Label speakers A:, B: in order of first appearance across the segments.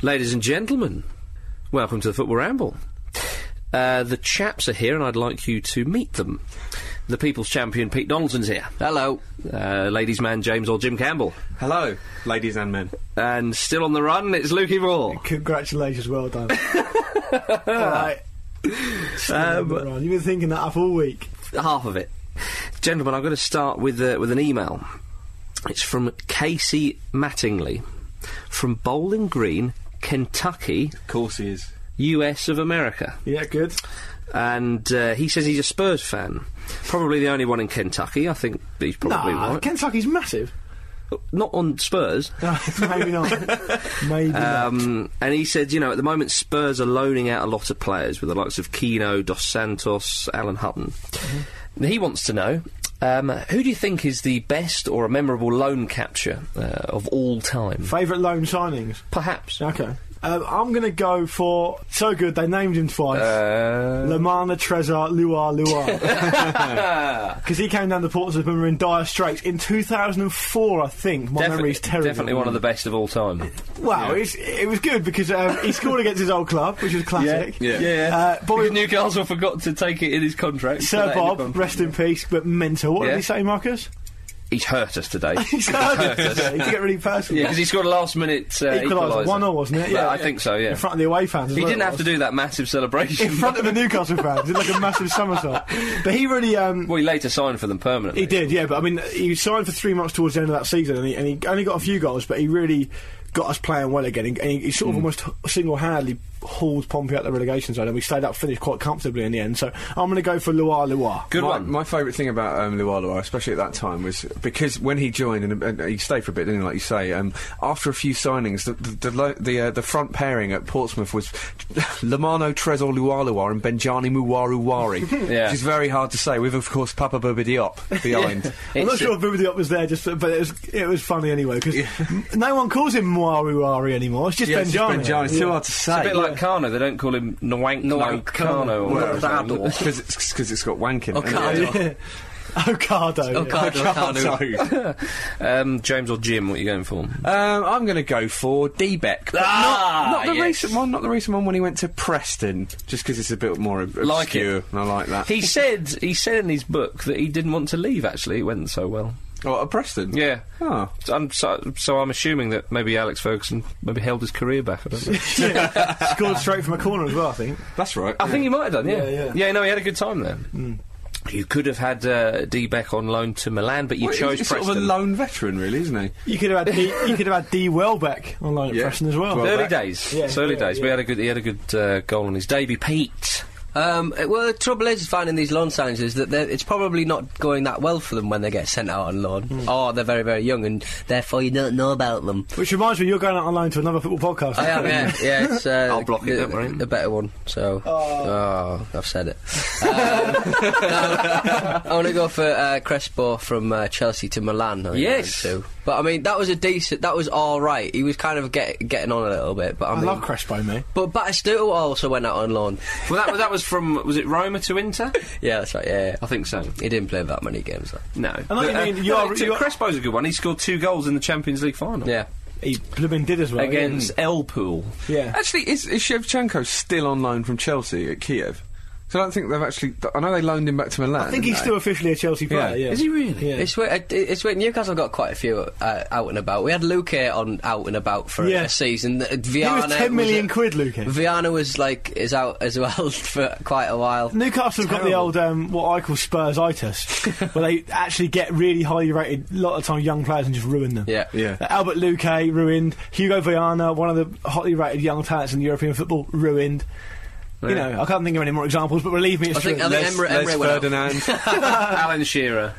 A: Ladies and gentlemen, welcome to the Football Ramble. Uh, the chaps are here, and I'd like you to meet them. The People's Champion Pete Donaldson's here. Hello. Uh, ladies' man James or Jim Campbell.
B: Hello, ladies and men.
A: And still on the run, it's Lukey Moore.
C: Congratulations, well done. All right. Um, You've been thinking that up all week.
A: Half of it. Gentlemen, I'm going to start with, uh, with an email. It's from Casey Mattingly from Bowling Green, Kentucky,
B: Of course he is.
A: US of America.
C: Yeah, good.
A: And uh, he says he's a Spurs fan. Probably the only one in Kentucky. I think he's probably
C: Nah,
A: right.
C: Kentucky's massive.
A: Not on Spurs.
C: No, maybe not. Maybe not.
A: Um, and he said, you know, at the moment Spurs are loaning out a lot of players with the likes of Keno, Dos Santos, Alan Hutton.
C: Mm-hmm.
A: And He wants to know um, who do you think is the best or a memorable loan capture uh, of all time?
C: Favourite loan signings?
A: Perhaps.
C: Okay. Um, I'm going to go for so good they named him twice.
A: Uh,
C: Lamana Trezor Luar Luar. Because he came down to Portsmouth when we were in dire straits in 2004, I think. My
A: defi-
C: memory's terrible.
A: Definitely one of the best of all time.
C: Wow, it's, it was good because um, he scored against his old club, which was classic.
B: Yeah.
C: Uh, boy-
A: Because Newcastle forgot to take it in his contract. Put that
C: Sir
A: in the
C: Bob,
A: contract.
C: rest in peace, but mentor. What
A: Yeah.
C: did he say, Marcus?
A: He's hurt us today.
C: He started to get really personal.
A: Yeah, because he scored a last minute uh,
C: Equaliser.
A: equaliser.
C: One all, wasn't it?
A: Yeah,
C: Yeah.
A: I think so. Yeah,
C: In front of the away fans. As
A: he
C: well,
A: didn't
C: it
A: have to
C: was.
A: do that massive
C: In
A: celebration.
C: front of the Newcastle fans, did like a massive somersault. But he really, um,
A: well, he later signed for them permanently.
C: he did, yeah. But I mean, he signed for three months towards the end of that season, and he, and he only got a few goals, but he really got us playing well again. And he, he sort of
A: Hmm.
C: almost single-handedly hauled Pompey out the relegation zone, and we stayed up, finished quite comfortably in the end. So I'm going to go for Loire Loire.
A: Good
B: my,
A: one.
B: My favourite thing about um, Lualua, especially at that time, was because when he joined and, and he stayed for a bit, didn't he? Like you say, um, after a few signings, the the the, lo- the, uh, the front pairing at Portsmouth was Lamano Trezor Lualua and Benjani Muwaruwari,
A: Yeah.
B: which is very hard to say. With of course Papa Bobby Diop behind.
C: I'm not
A: It's-
C: sure if Bubadiop was there, just but it was it was funny anyway because no one calls him Muari Wari anymore. It's just
B: Yeah, it's just
C: Benjani.
B: Benjani. It's too hard to
A: It's
B: say.
A: a bit like Kano. They don't call him Nwank Nwank Kano or
B: Well,
A: Dado.
B: because it's, 'cause it's got wanking.
D: Oh, God.
C: Yeah. Ocado. yeah.
D: Ocado, Ocado.
A: Um, James or Jim, what are you going for?
C: Uh,
B: Um, I'm going to go for Debeck. but
A: Ah,
B: not, not the
A: yes.
B: recent one. Not the recent one when he went to Preston. Just because it's a bit more ob- obscure.
A: Like it.
B: And I like that.
A: He said he said in his book that he didn't want to leave. Actually, it went so well.
B: oh, at Preston.
A: Yeah.
B: Oh.
A: So I'm, so, so I'm assuming that maybe Alex Ferguson maybe held his career back. I don't know.
C: Yeah. Scored straight from a corner as well, I think.
B: That's right.
A: I think he might have done. Yeah,
C: Yeah, Hmm. yeah.
A: no, he had a good time there. You could have had uh, D Beck on loan to Milan, but you
B: Well,
A: chose
B: he's
A: Preston.
B: sort of a lone veteran, really, isn't he?
C: You could have had D, you could have had D Welbeck on loan at
B: Yeah.
C: Preston as well.
B: Well-
A: early
B: back.
A: days.
C: Yeah,
A: it's early
C: yeah,
A: days.
C: yeah.
A: We had a good. He had a good uh, goal on his debut. Pete.
D: Um, uh, well, the trouble is finding these loan signings is that they're- it's probably not going that well for them when they get sent out on loan,
A: Hmm.
D: or they're very, very young, and therefore you don't know about them.
C: Which reminds me, you're going out on loan to another football podcast.
D: I am, yeah, yeah. It's, uh,
A: I'll block it,
D: the,
A: don't worry.
D: the better one. So, oh, I've said it. Um, no, I want to go for uh, Crespo from uh, Chelsea to Milan. I think
A: Yes.
D: I went to. but I mean that was a decent. That was all right. He was kind of get, getting on a little bit, but I,
C: I
D: mean,
C: love Crespo, mate.
D: but Batistuta also went out on loan.
A: Well, that, that was from was it Roma to Inter?
D: Yeah, that's right. Yeah, yeah.
A: I think so.
D: he didn't play that many games. Though.
A: No,
C: I know what you
A: Uh,
C: mean.
A: no,
C: You are-
A: it's-
C: you are-
A: Crespo's a good one. He scored two goals in the Champions League final.
D: Yeah.
C: He blooming did as well.
A: against El Pool.
C: Oh, yeah. yeah.
B: Actually, is, is Shevchenko still on loan from Chelsea at Kiev? So I don't think they've actually. I know they loaned him back to Milan.
C: I think he's
B: didn't
C: still officially a Chelsea player.
B: Yeah.
C: Yeah.
A: Is he really?
C: Yeah.
D: It's weird. It's weird. Newcastle got quite a few uh, out and about. We had Luke on out and about for
C: Yeah.
D: a season. Th-
C: He
D: Viana
C: was ten million
D: was a-
C: quid, Luke.
D: Viana was like is out as well for quite a while.
C: Newcastle have got the
D: Terrible.
C: old um, what I call Spurs itis, where they actually get really highly rated a lot of the time young players and just ruin them.
D: Yeah.
B: Yeah.
C: Like Uh, Albert Luque ruined. Hugo Viana, one of the hotly rated young talents in European football, ruined. You
A: Yeah.
C: know, I can't think of any more examples, but believe me, it's
D: I think-
C: true.
D: I think
B: Les,
D: Emre-
B: Les
D: Emre went out.
B: Ferdinand.
A: Alan Shearer.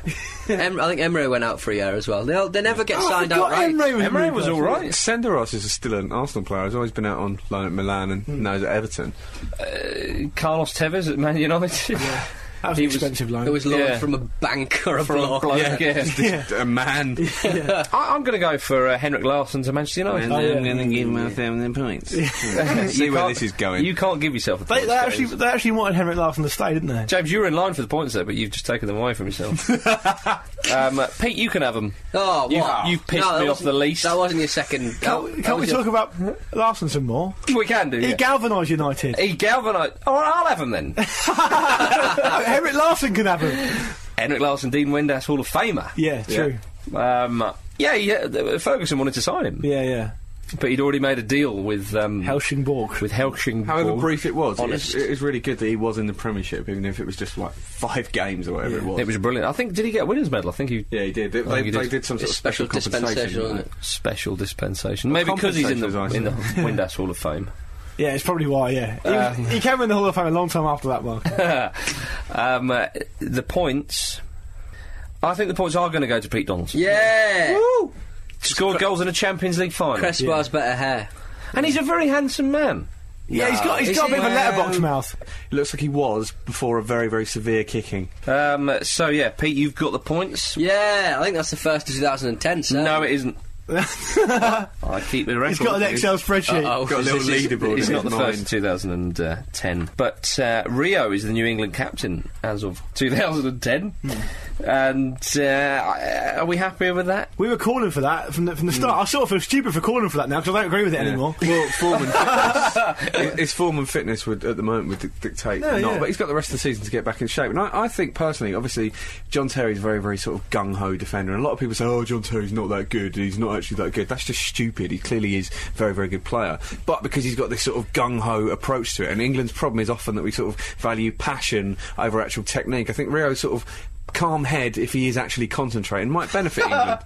D: Em- I think Emre went out for a year as well. They all, they never get
C: Oh, I
D: signed
C: forgot
D: out right.
C: Emre was,
A: Emre was all right.
B: Senderos is still an Arsenal player. He's always been out on loan at Milan and now he's at Everton.
A: Carlos Tevez at Man United.
C: That was
A: He
C: an
A: was-
C: expensive
D: It
C: loan.
D: was loaned
A: Yeah.
D: from a bank or a block.
A: yeah.
C: Yeah.
B: A man.
A: I, I'm going to go for uh, Henrik Larsson to Manchester United.
C: I'm gonna
B: give him a thousand points.
A: You
B: See where
A: can't-
B: this is going.
A: You can't give yourself a
C: They,
A: points,
C: they actually
A: James.
C: they actually wanted Henrik Larsson to stay, didn't they?
A: James, you were in line for the points there, but you've just taken them away from yourself. um, uh, Pete, you can have them.
D: Oh,
A: You-
D: what?
A: you pissed
D: No, that
A: me off
D: wasn't-
A: the least.
D: That wasn't your second. that-
C: Can't,
D: that
C: can't we
D: was your-
C: talk about Larsson some more?
A: We can do.
C: He
A: yeah.
C: galvanised United.
A: He galvanised. Oh, I'll have him then.
C: Henrik Larsson can have him.
A: Henrik Larsson, Dean Windass, Hall of Famer.
C: Yeah, true.
A: Um, yeah, yeah, th- Ferguson wanted to sign him,
C: Yeah, yeah.
A: but he'd already made a deal with um,
C: Helsingborg.
A: with Helsingborg.
B: However brief it was, it
A: Honest.
B: was, it was really good that he was in the Premiership, even if it was just like five games or whatever it was.
A: It was brilliant. I think did he get a winners medal? I think he
B: Yeah, he did. They,
A: I think
B: they,
A: he
B: they
A: did.
B: did some sort
D: It's
B: of
D: special
B: special
D: dispensation,
B: compensation.
D: wasn't it?
A: special dispensation. Maybe because he's in the, in
B: compensation
A: the
B: is nice.
A: Windass Hall of Fame.
C: Yeah, it's probably why. Yeah, he, was- he came in the Hall of Fame a long time after that, Mark.
A: um, uh, the points. I think the points are going to go to Pete Donaldson.
D: Yeah.
A: Scored goals in a Champions League final,
D: Crespar's better hair.
A: and he's a very handsome man.
C: yeah, he's got he's
D: Is
C: got a
D: he-
C: bit of a letterbox
B: Well-
C: mouth.
B: It looks like he was before a very, very severe kicking.
A: Um, so yeah, Pete, you've got the points.
D: Yeah, I think that's the first of 2010. So.
A: No, it isn't. I keep the record. Uh, oh,
C: He's got an Excel spreadsheet.
D: Uh-oh.
B: Got a little
A: This is-
B: leaderboard
A: It's
B: in
A: not the
B: his
A: first in
B: mind.
A: 2010. But uh, Rio is the New England captain as of 2010. And uh, are we happy with that?
C: We were calling for that from the, from the start.
D: Hmm.
C: I sort of feel stupid for calling for that now because I don't agree with it anymore.
B: Well, form and fitness. his- his form and fitness would, at the moment would dic- dictate
C: No,
B: not,
C: yeah.
B: but he's got the rest of the season to get back in shape. And I, I think personally, obviously, John Terry's a very, very sort of gung ho defender. And a lot of people say, oh, John Terry's not that good. He's not actually that good. That's just stupid. He clearly is a very, very good player. But because he's got this sort of gung ho approach to it, and England's problem is often that we sort of value passion over actual technique. I think Rio sort of. Calm head, if he is actually concentrating, might benefit England.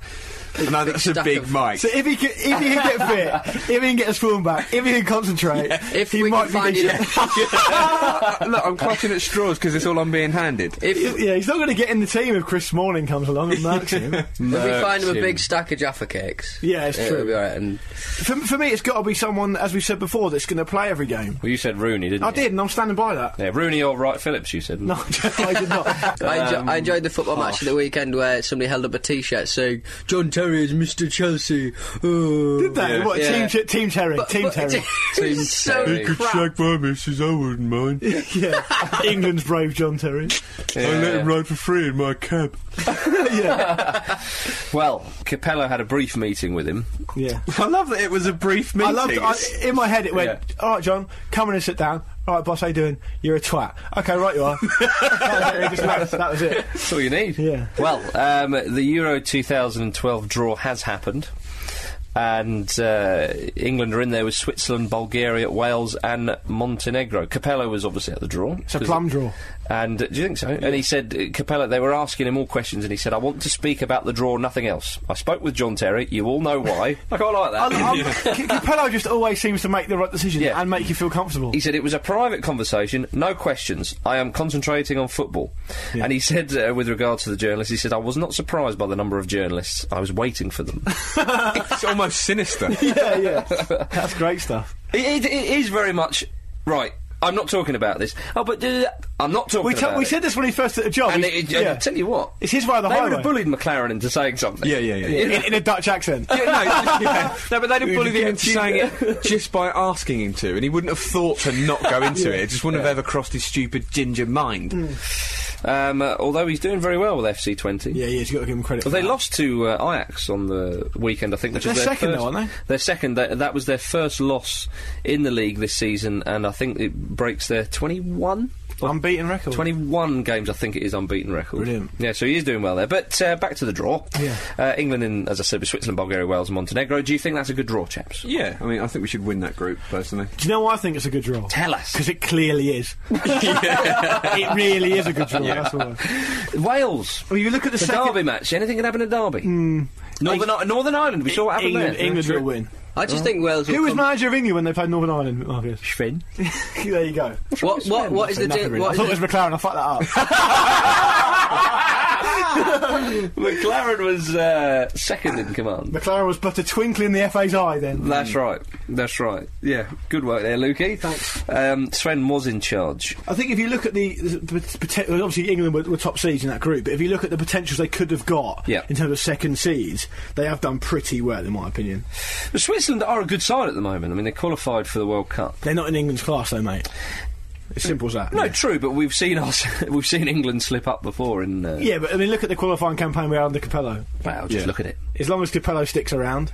B: I know that's a
D: stack
B: big
D: of-
B: mic.
C: So if he can, if he can get fit, if he can get his form back, if he can concentrate,
D: If
C: he
D: we
C: might
D: can find
C: be.
D: his,
B: Look, I'm clutching at straws because it's all I'm being handed.
D: if,
C: Yeah, he's not going to get in the team if Chris Smalling comes along and marks him.
D: if we find him a big stack of Jaffa cakes,
C: Yeah, it's
D: it'll
C: true.
D: Be all right. And
C: For, for me, it's got to be someone, as we said before, that's going to play every game.
A: Well, you said Rooney, didn't
C: I
A: you?
C: did, and I'm standing by that.
A: Yeah, Rooney or Wright Phillips, you said.
C: No, I did not.
D: I, enjo- I enjoyed the football match of the weekend where somebody held up a T-shirt saying "John Terry is Mr. Chelsea." Oh.
C: Did they?
A: Yeah.
C: What team?
D: Yeah.
C: Ter- team Terry.
D: But-
C: team
D: but-
C: Terry.
D: Team so
A: Terry.
D: crap.
B: my missus, I wouldn't mind.
C: yeah, England's brave John Terry.
B: I let
A: Yeah.
B: him ride for free in my cab.
A: Well, Capello had a brief meeting with him.
C: Yeah.
B: I love that it was a brief
C: I
B: meeting.
C: loved. I, in my head, it went.
A: Yeah.
C: All right, John, come in and sit down. All right, boss, how you doing? You're a twat. Okay, right, you are. that, was it. He just left. that was it.
A: That's all you need.
C: Yeah.
A: Well, um, the Euro 2012 draw has happened. And uh, England are in there with Switzerland, Bulgaria, Wales, and Montenegro. Capello was obviously at the draw.
C: It's a plum draw.
A: And uh, do you think so? And he said, uh, Capello, they were asking him all questions, and he said, I want to speak about the draw, nothing else. I spoke with John Terry, you all know why. I quite like
C: I,
A: that.
C: I'm, C- Capello just always seems to make the right decision
A: Yeah.
C: and make you feel comfortable.
A: He said it was a private conversation, no questions. I am concentrating on football. And he said, uh, with regard to the journalists, he said, I was not surprised by the number of journalists. I was waiting for them.
B: it's almost sinister.
C: yeah, yeah. That's great stuff.
A: it, it, it is very much right. I'm not talking about this. Oh, but uh, I'm not talking
C: We, t-
A: about
C: we
A: it.
C: said this when he first did the job.
A: And
C: He's-
A: it, it-
C: yeah.
A: I tell you what,
C: It's his way of the
A: they would
C: highway.
A: have bullied McLaren into saying something.
B: Yeah, yeah, yeah.
C: in, in a Dutch accent.
B: Yeah, no, it's- yeah. no, but they'd have
C: We'd
B: bullied him
C: get
B: into
C: you.
B: saying it just by asking him
C: Mm.
B: to, and he wouldn't have thought to not go into it. It just wouldn't have ever crossed his stupid ginger mind.
A: Um, uh, although he's doing very well with FC 20.
C: Yeah, yeah, he's got to give him credit.
A: Well,
C: for
A: they
C: that.
A: lost to uh, Ajax on the weekend, I think. Which was
C: They're
A: their
C: second
A: first,
C: though, aren't they?
A: Their second. That, that was their first loss in the league this season, and I think it breaks their 21?
C: unbeaten record.
A: 21 games, I think it is, unbeaten record.
C: Brilliant.
A: Yeah, so he is doing well there. But uh, back to the draw.
C: Yeah.
A: Uh, England, in, as I said, with Switzerland, Bulgaria, Wales, and Montenegro. Do you think that's a good draw, chaps?
B: Yeah, I mean, I think we should win that group personally.
C: Do you know why I think it's a good draw?
A: Tell us.
C: Because it clearly is. it really is a good draw. That's all.
A: Wales.
C: Well, you look at the
A: It's a
C: second- Hmm.
A: derby match. Anything can happen in a derby. Northern, I- Northern Ireland. We saw what happened
C: England,
A: there.
C: England will win.
D: I just think Wales. will
C: Who was
D: come-
C: manager of England when they played Northern Ireland? Marcus? there you go.
D: What, what, what is the
C: Nothing
D: deal?
C: really.
D: what
C: I
D: is
C: thought
D: the-
C: it was McLaren. I fucked that up.
A: McLaren was uh, second in command. Hmm.
C: McLaren was but a twinkle in the FA's eye then.
A: That's right. That's right. Yeah, good work there, Lukey.
C: Thanks.
A: Um, Sven was in charge.
C: I think if you look at the, the, pot- poten- well, obviously England were, were top seeds in that group, but if you look at the potentials they could have got
A: Yeah.
C: in terms of second seeds, they have done pretty well in my opinion.
A: But Switzerland are a good side at the moment. I mean, they qualified for the World Cup.
C: They're not in England's class though, mate. It's simple as that.
A: No, true, but we've seen us, we've seen England slip up before. In uh,
C: Yeah, but I mean, look at the qualifying campaign we had under Capello.
A: wow, just
B: Yeah.
A: look at it.
C: As long as Capello sticks around,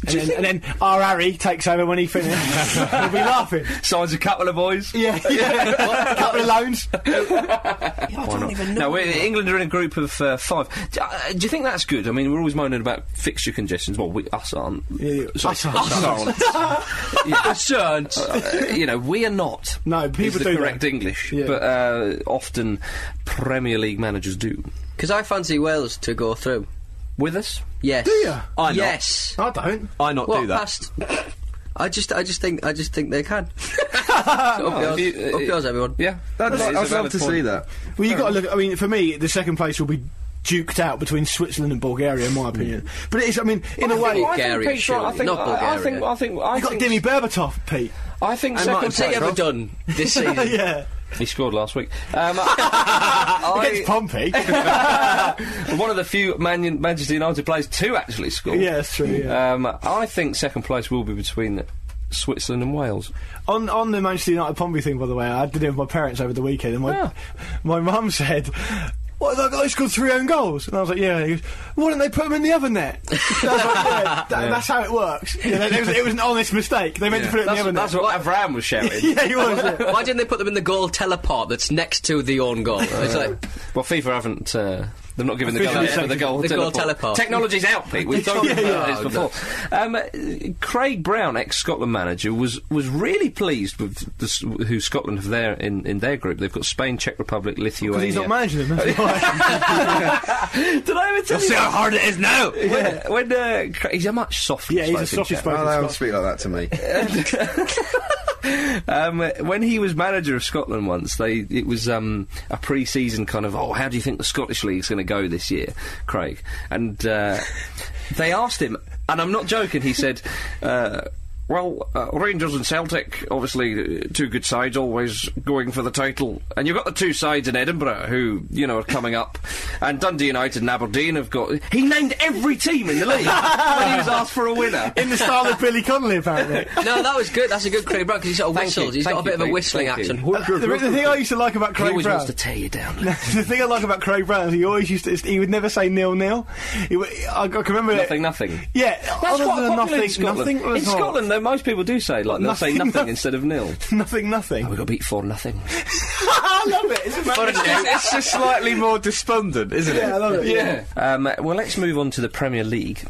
C: and
A: Do you
C: then, and then our Harry takes over when he finishes, we'll be laughing.
A: Signs a couple of boys.
C: Yeah, yeah. couple of loans.
A: Why not? No, we're, England are in a group of uh, five. Do, uh, do you think that's good? I mean, we're always moaning about fixture congestions. Well, we, us aren't.
C: yeah.
A: Sorry,
C: Us aren't.
A: Yeah. Uh, you know, we are not.
C: No,
A: is
C: people
A: the
C: do
A: correct
C: that.
A: English,
C: Yeah.
A: but uh, often Premier League managers do.
D: Because I fancy Wales to go through.
A: With us,
D: Yes.
C: Do ya?
B: I not.
D: yes.
C: Oh, I don't.
B: I not
D: What
B: do that.
D: past? I just, I just think, I just think they can. up, yours,
A: if you-
D: up yours, everyone.
A: yeah, that
B: I'd,
A: is a
B: I'd love
A: valid
B: to
A: point.
B: see that.
C: Well, you got to look. I mean, for me, the second place will be duked out between Switzerland and Bulgaria, in my opinion. But it is. I mean, in a
A: Hmm. I
C: way,
A: think-
C: you
A: I think
D: Bulgaria,
A: Pete's right. I
D: surely.
A: think-
D: Not
A: I- I
D: Bulgaria.
A: think. I think. I
C: got
A: think.
C: Dimi Berbatov, Pete.
A: I think.
B: And
A: Second
B: Martin
D: What's he
A: place,
D: ever
A: right?
D: done this season?
C: yeah,
A: He scored last week. Um, I-
C: against Pompey.
A: one of the few Man- Manchester United players to actually score.
C: yeah, that's true. Yeah.
A: Um, I think second place will be between Switzerland and Wales.
C: on on the Manchester United Pompey thing, by the way, I did it with my parents over the weekend, and my
A: Yeah.
C: my mum said. What, that guy scored three own goals. And I was like, yeah. He goes, Why didn't they put him in the oven net? And I was like, yeah, that- That's how it works. You know, it, was, it was an honest mistake. They meant to put it in the
A: That's,
C: oven
A: that's
C: net.
A: what Avram was shouting.
C: yeah, he was. yeah.
D: Why didn't they put them in the goal teleport that's next to the own goal? It's like
A: Well, FIFA haven't. Uh, they've not given the goal,
C: Officially
A: the goal,
D: The goal
A: teleport.
D: teleport.
A: Technology's out, Pete. We've talked
C: Yeah,
A: about
C: yeah.
A: this before. Um, uh, Craig Brown, ex-Scotland manager, was was really pleased with the, s- who Scotland have there in, in their group. They've got Spain, Czech Republic, Lithuania.
C: Because he's not managing them. That's why.
A: Did I ever tell you?
D: how hard it is now.
A: that? When, when uh, Cra- he's a much softer.
C: Yeah, he's a
A: spoken
C: softer
A: chap.
C: spoken
B: Oh, they
C: Scot.
B: don't speak like that to me.
A: Um, when he was manager of Scotland once, they it was um, a pre-season kind of. Oh, how do you think the Scottish league's going to go this year, Craig? And uh, they asked him, and I'm not joking. He said. Uh, well, uh, Rangers and Celtic, obviously uh, two good sides, always going for the title. And you've got the two sides in Edinburgh who, you know, are coming up. And Dundee United and Aberdeen have got. He named every team in the league when he was asked for a winner.
C: In the style of Billy Connolly, apparently.
D: No, that was good. That's a good Craig Brown because he sort of
A: Thank
D: whistles.
A: you,
D: He's got a
A: thank
D: bit
A: you,
D: of a
A: Craig,
D: whistling
A: thank you.
D: action.
C: the, the thing I used to like about
A: He
C: Craig
A: always
C: Brown.
A: wants to tear you down.
C: the thing I like about Craig Brown is he always used to, he would never say nil nil. He w- I, I can remember it-
A: nothing, nothing.
C: Yeah,
A: That's
C: other
A: quite
C: than
A: popular
C: nothing,
A: in Scotland.
C: nothing
A: in
C: was hot.
A: Scotland, though, most people do say like they'll say
C: Nothing,
A: nothing
C: nothing.
A: instead of nil.
C: nothing, nothing.
A: We got beat four nothing.
C: I love it. It's amazing.
B: it's just slightly more despondent, isn't it?
C: yeah, I love it.
A: Yeah. Um, well, let's move on to the Premier League.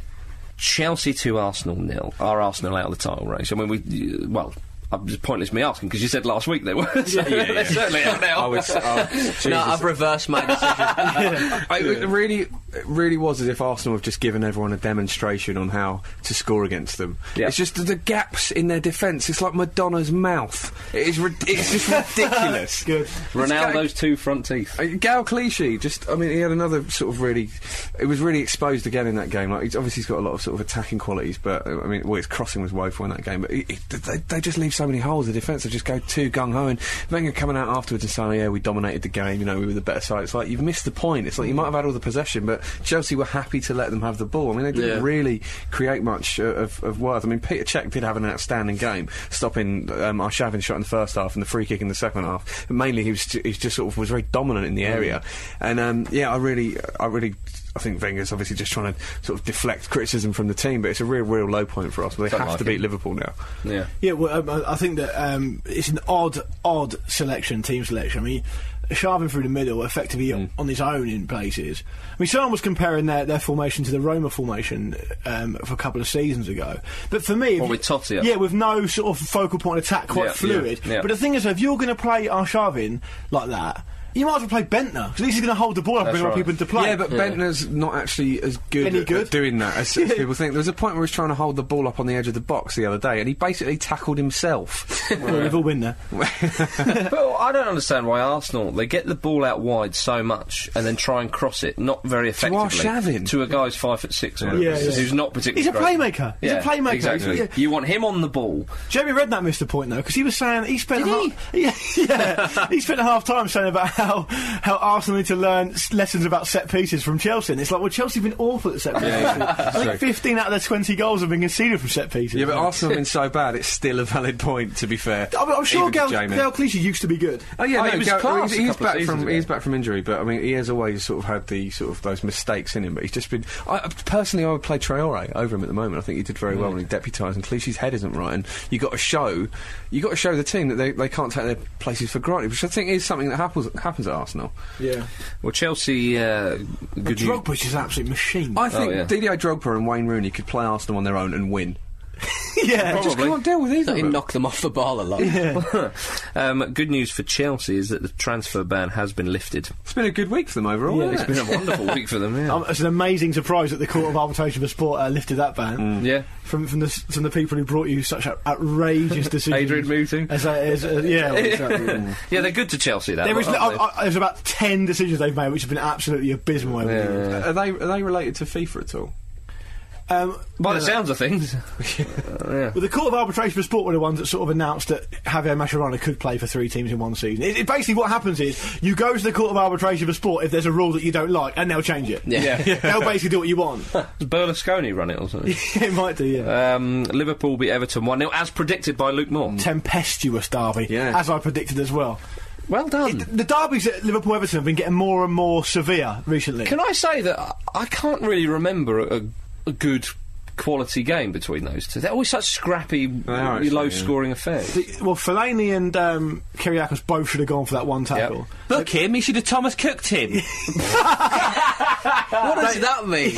A: Chelsea to Arsenal nil. Are Arsenal out of the title race? I mean, we uh, well. I'm just pointless me asking because you said last week they were. So They're certainly out now.
B: I would. s- oh, Jesus.
D: No, I've reversed my decision.
B: I- It really, it really was as if Arsenal have just given everyone a demonstration on how to score against them.
A: Yeah.
B: It's just the, the gaps in their defence. It's like Madonna's mouth. It is. rid- It's just ridiculous.
C: Good.
A: Ronaldo's two front teeth.
B: Uh, Gal Clichy, just I mean, he had another sort of really. It was really exposed again in that game. Like he's obviously he's got a lot of sort of attacking qualities, but uh, I mean, well, his crossing was woeful in that game. But he, he, they, they just leave so many holes. The defence they just go too gung ho, and Wenger coming out afterwards and saying, "Yeah, we dominated the game. You know, we were the better side." It's like you've missed the point. It's like you might have had all the possession, but Chelsea were happy to let them have the ball. I mean, they didn't
A: Yeah.
B: really create much uh, of, of worth. I mean, Peter Cech did have an outstanding game, stopping um, our Shavin shot in the first half and the free kick in the second half. Mainly, he was ju- he was just sort of was very dominant in the area, and um, yeah, I really, I really. I think Wenger's obviously just trying to sort of deflect criticism from the team, but it's a real, real low point for us. They have
A: like
B: to
A: it.
B: beat Liverpool now.
A: Yeah.
C: Yeah, well, um, I- I think that um, it's an odd, odd selection, team selection. I mean, Sharvin through the middle, effectively
A: Hmm.
C: on his own in places. I mean, someone was comparing their, their formation to the Roma formation um, for a couple of seasons ago. But for me, if
A: Well,
C: you-
A: with Totti up.
C: yeah, with no sort of focal point attack, quite
A: Yeah,
C: fluid.
A: yeah, yeah.
C: But the thing is, if you're going to play Arshavin like that. You might as well play Bentner because he's going to hold the ball up and
A: That's
C: bring
A: right.
C: other people into play.
B: Yeah, but Bentner's not actually as good,
C: Any
B: at,
C: good?
B: at doing that as, as people think. There was a point where he was trying to hold the ball up on the edge of the box the other day, and he basically tackled himself.
C: Well, they've all been there.
A: But I don't understand why Arsenal they get the ball out wide so much and then try and cross it not very
B: our
A: effectively
B: Shavin.
A: to a guy's five foot six or whatever
C: Yeah,
A: it is,
C: yeah.
A: who's not particularly.
C: He's a
A: great.
C: playmaker. He's a playmaker.
A: Exactly.
C: Yeah.
A: You want him on the ball.
C: Jeremy Redknapp missed a point though because he was saying he spent half, yeah, yeah he spent half time saying about how how Arsenal need to learn s- lessons about set pieces from Chelsea. And it's like well Chelsea have been awful at set pieces. I think
B: True.
C: fifteen out of their twenty goals have been conceded from set pieces.
B: yeah, but Arsenal have been so bad, it's still a valid point, to be fair.
C: I'm, I'm sure
B: Even to
C: Gail,
B: Jamie.
C: Gail Clichy used to be good.
B: Oh yeah,
A: Oh,
B: no,
A: he was
B: Gael-
A: class
B: he's,
A: a
B: he's
A: couple of
B: back
A: seasons
B: from
A: ago.
B: he's back from injury, but I mean he has always sort of had the sort of those mistakes in him. But he's just been. I, personally, I would play Traore over him at the moment. I think he did very well when he deputised, and Clichy's head isn't right. And you got to show, you got to show the team that they, they can't take their places for granted, which I think is something that happens happens at Arsenal.
C: Yeah,
A: Well, Chelsea. Uh, good you-
C: Drogba is just an absolute machine.
B: I think
A: Oh, yeah.
B: Didier Drogba and Wayne Rooney could play Arsenal on their own and win.
C: yeah,
B: Just can't deal with either.
D: That
B: of
D: he
B: them.
D: knocked them off the ball a lot.
A: um, good news for Chelsea is that the transfer ban has been lifted.
B: It's been a good week for them overall.
C: Yeah,
B: hasn't
C: it's
B: it?
A: It's been a wonderful week for them. Yeah.
C: Um, it's an amazing surprise that the Court of Arbitration for Sport uh, lifted that ban.
B: Mm.
A: yeah.
C: From from the s- from the people who brought you such out- outrageous decisions,
A: Adrian Mutu.
C: as, I- as, uh, yeah, well, exactly.
A: Yeah, they're good to Chelsea. That
C: There is,
A: lot, aren't
C: I, I, there's about ten decisions they've made which have been absolutely abysmal. Over
A: they?
C: the years.
A: Yeah.
B: Are they are they related to FIFA at all?
C: Um,
A: By the sounds of things, Uh, yeah.
C: well, the Court of Arbitration for Sport were the ones that sort of announced that Javier Mascherano could play for three teams in one season. It, it- basically, what happens is you go to the Court of Arbitration for Sport if there's a rule that you don't like, and they'll change it.
D: Yeah.
C: they'll basically do what you want.
A: Does Berlusconi run it or something?
C: it might do, yeah.
A: Um, Liverpool beat Everton 1 0, as predicted by Luke Moore.
C: Tempestuous derby,
B: Yeah.
C: as I predicted as well.
A: Well done.
C: The derbies at Liverpool Everton have been getting more and more severe recently.
A: Can I say that I- I can't really remember a, a good quality game between those two? They're always such scrappy,
B: are, actually,
A: low scoring affairs.
C: The- well, Fellaini and um, Kyriakos both should have gone for that one tackle.
B: Book him. He should have Thomas cooked him.
D: what does that mean?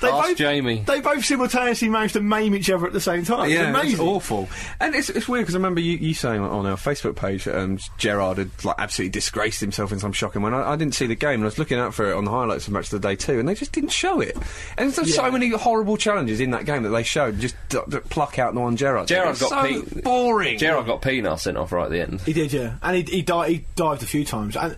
C: They
A: Ask
C: both-
A: Jamie.
C: They both simultaneously managed to maim each other at the same time.
B: Yeah,
C: it's amazing.
B: it's awful. And it's, it's weird because I remember you, you saying on our Facebook page that um, Gerard had like absolutely disgraced himself in some shocking way. And I, I didn't see the game, and I was looking out for it on the highlights of Match of the Day too, and they just didn't show it. And there's so many horrible challenges in that game that they showed. Just d- d- pluck out the one Gerard. did.
A: Gerrard
B: It's
A: got
B: so
A: beat.
B: boring.
A: Gerard got Pienaar sent off right at the end.
C: He did, yeah, and he he, di- he dived a few times. And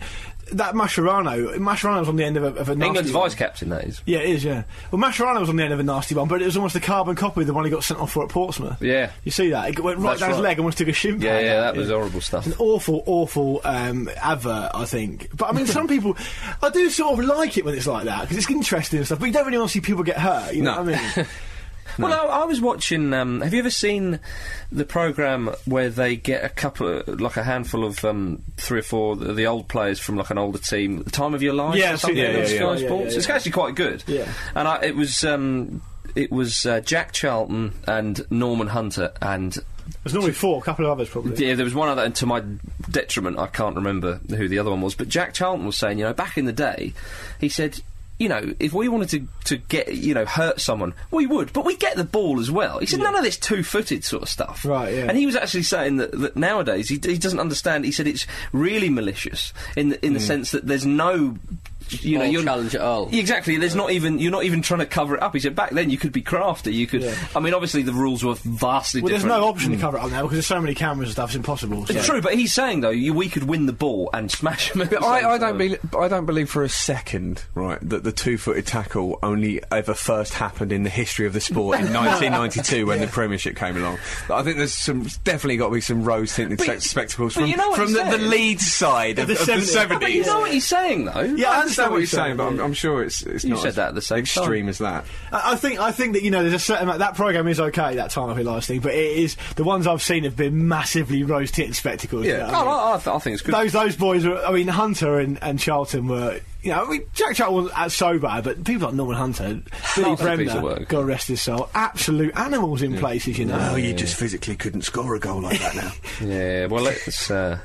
C: that Mascherano, Mascherano was on the end of a, of a nasty
A: England's
C: one.
A: vice captain, that is.
C: Yeah, it is. Yeah, well, Mascherano was on the end of a nasty one, but it was almost a carbon copy of the one he got sent off for at Portsmouth.
A: Yeah.
C: you see that? It went right
A: That's
C: down his
A: right.
C: leg, almost took a shin.
A: Yeah,
C: pad
A: yeah,
C: out.
A: that was horrible stuff.
C: An awful, awful um, advert, I think. But I mean, some people, I do sort of like it when it's like that because it's interesting and stuff. But you don't really want to see people get hurt. You know
B: No.
C: what I mean?
A: Well, I, I was watching. Um, have you ever seen the program where they get a couple, uh, like a handful of um, three or four the, the old players from like an older team, the time of your life,
C: Yeah,
A: or
C: I've
A: something
C: seen
A: on
C: that,
A: Sky
C: yeah, yeah, yeah,
A: Sports?
C: yeah, yeah.
A: It's actually quite good.
C: Yeah.
A: and I, it was um, it was uh, Jack Charlton and Norman Hunter, and
C: There's normally four, a couple of others probably.
A: yeah, there was one other, and to my detriment, I can't remember who the other one was. But Jack Charlton was saying, you know, back in the day, he said, you know, if we wanted to, to get, you know, hurt someone, we would, but we get the ball as well. He said, none of this two footed sort of stuff.
C: Right, yeah.
A: And he was actually saying that, that nowadays he, he doesn't understand. He said it's really malicious in the, in
C: Mm.
A: the sense that there's no. You know,
D: Ball
A: you're,
D: challenge at all.
A: Exactly. There's not even you're not even trying to cover it up. He said back then you could be crafty. You could.
C: Yeah.
A: I mean, obviously the rules were vastly
C: Well, there's
A: different. Hmm.
C: no option to cover it up now because there's so many cameras and stuff. It's impossible. so-
A: It's true, but he's saying though you, we could win the ball and smash him. at
B: But
A: the same
B: I, I
A: time.
B: don't believe I don't believe for a second, right, that the two-footed tackle only ever first happened in the history of the sport in 1992 when the Premiership came along. But I think there's some definitely got to be some rose-tinted
A: But-
B: spec- spectacles
A: but
B: from,
A: you know what
B: from
A: he's
B: the, the
A: saying.
B: Leeds side of,
C: the
B: of the
C: 70s.
A: But you
B: 70s.
A: know what he's saying though.
C: Yeah, I
B: understand what you're saying, but
C: yeah.
B: I'm, I'm sure it's, it's
A: You
B: not
A: said
B: as
A: that at the same
B: extreme
A: time.
B: as that.
C: I I think I think that you know there's a certain amount that program is okay that time of Elias thing, but it is the ones I've seen have been massively rose tit spectacles. you
B: Yeah.
C: know what I
A: Oh,
C: mean?
A: I, I, th- I think it's good.
C: those those boys were. I mean, Hunter and, and Charlton were. You know, I mean, Jack Charlton wasn't at so bad, but people like Norman Hunter, Billy
A: That's a piece of
C: Bremner,
A: work.
C: God rest his soul, absolute animals in places. You know,
E: Oh, you just physically couldn't score a goal like that now.
A: Yeah, well, let's uh,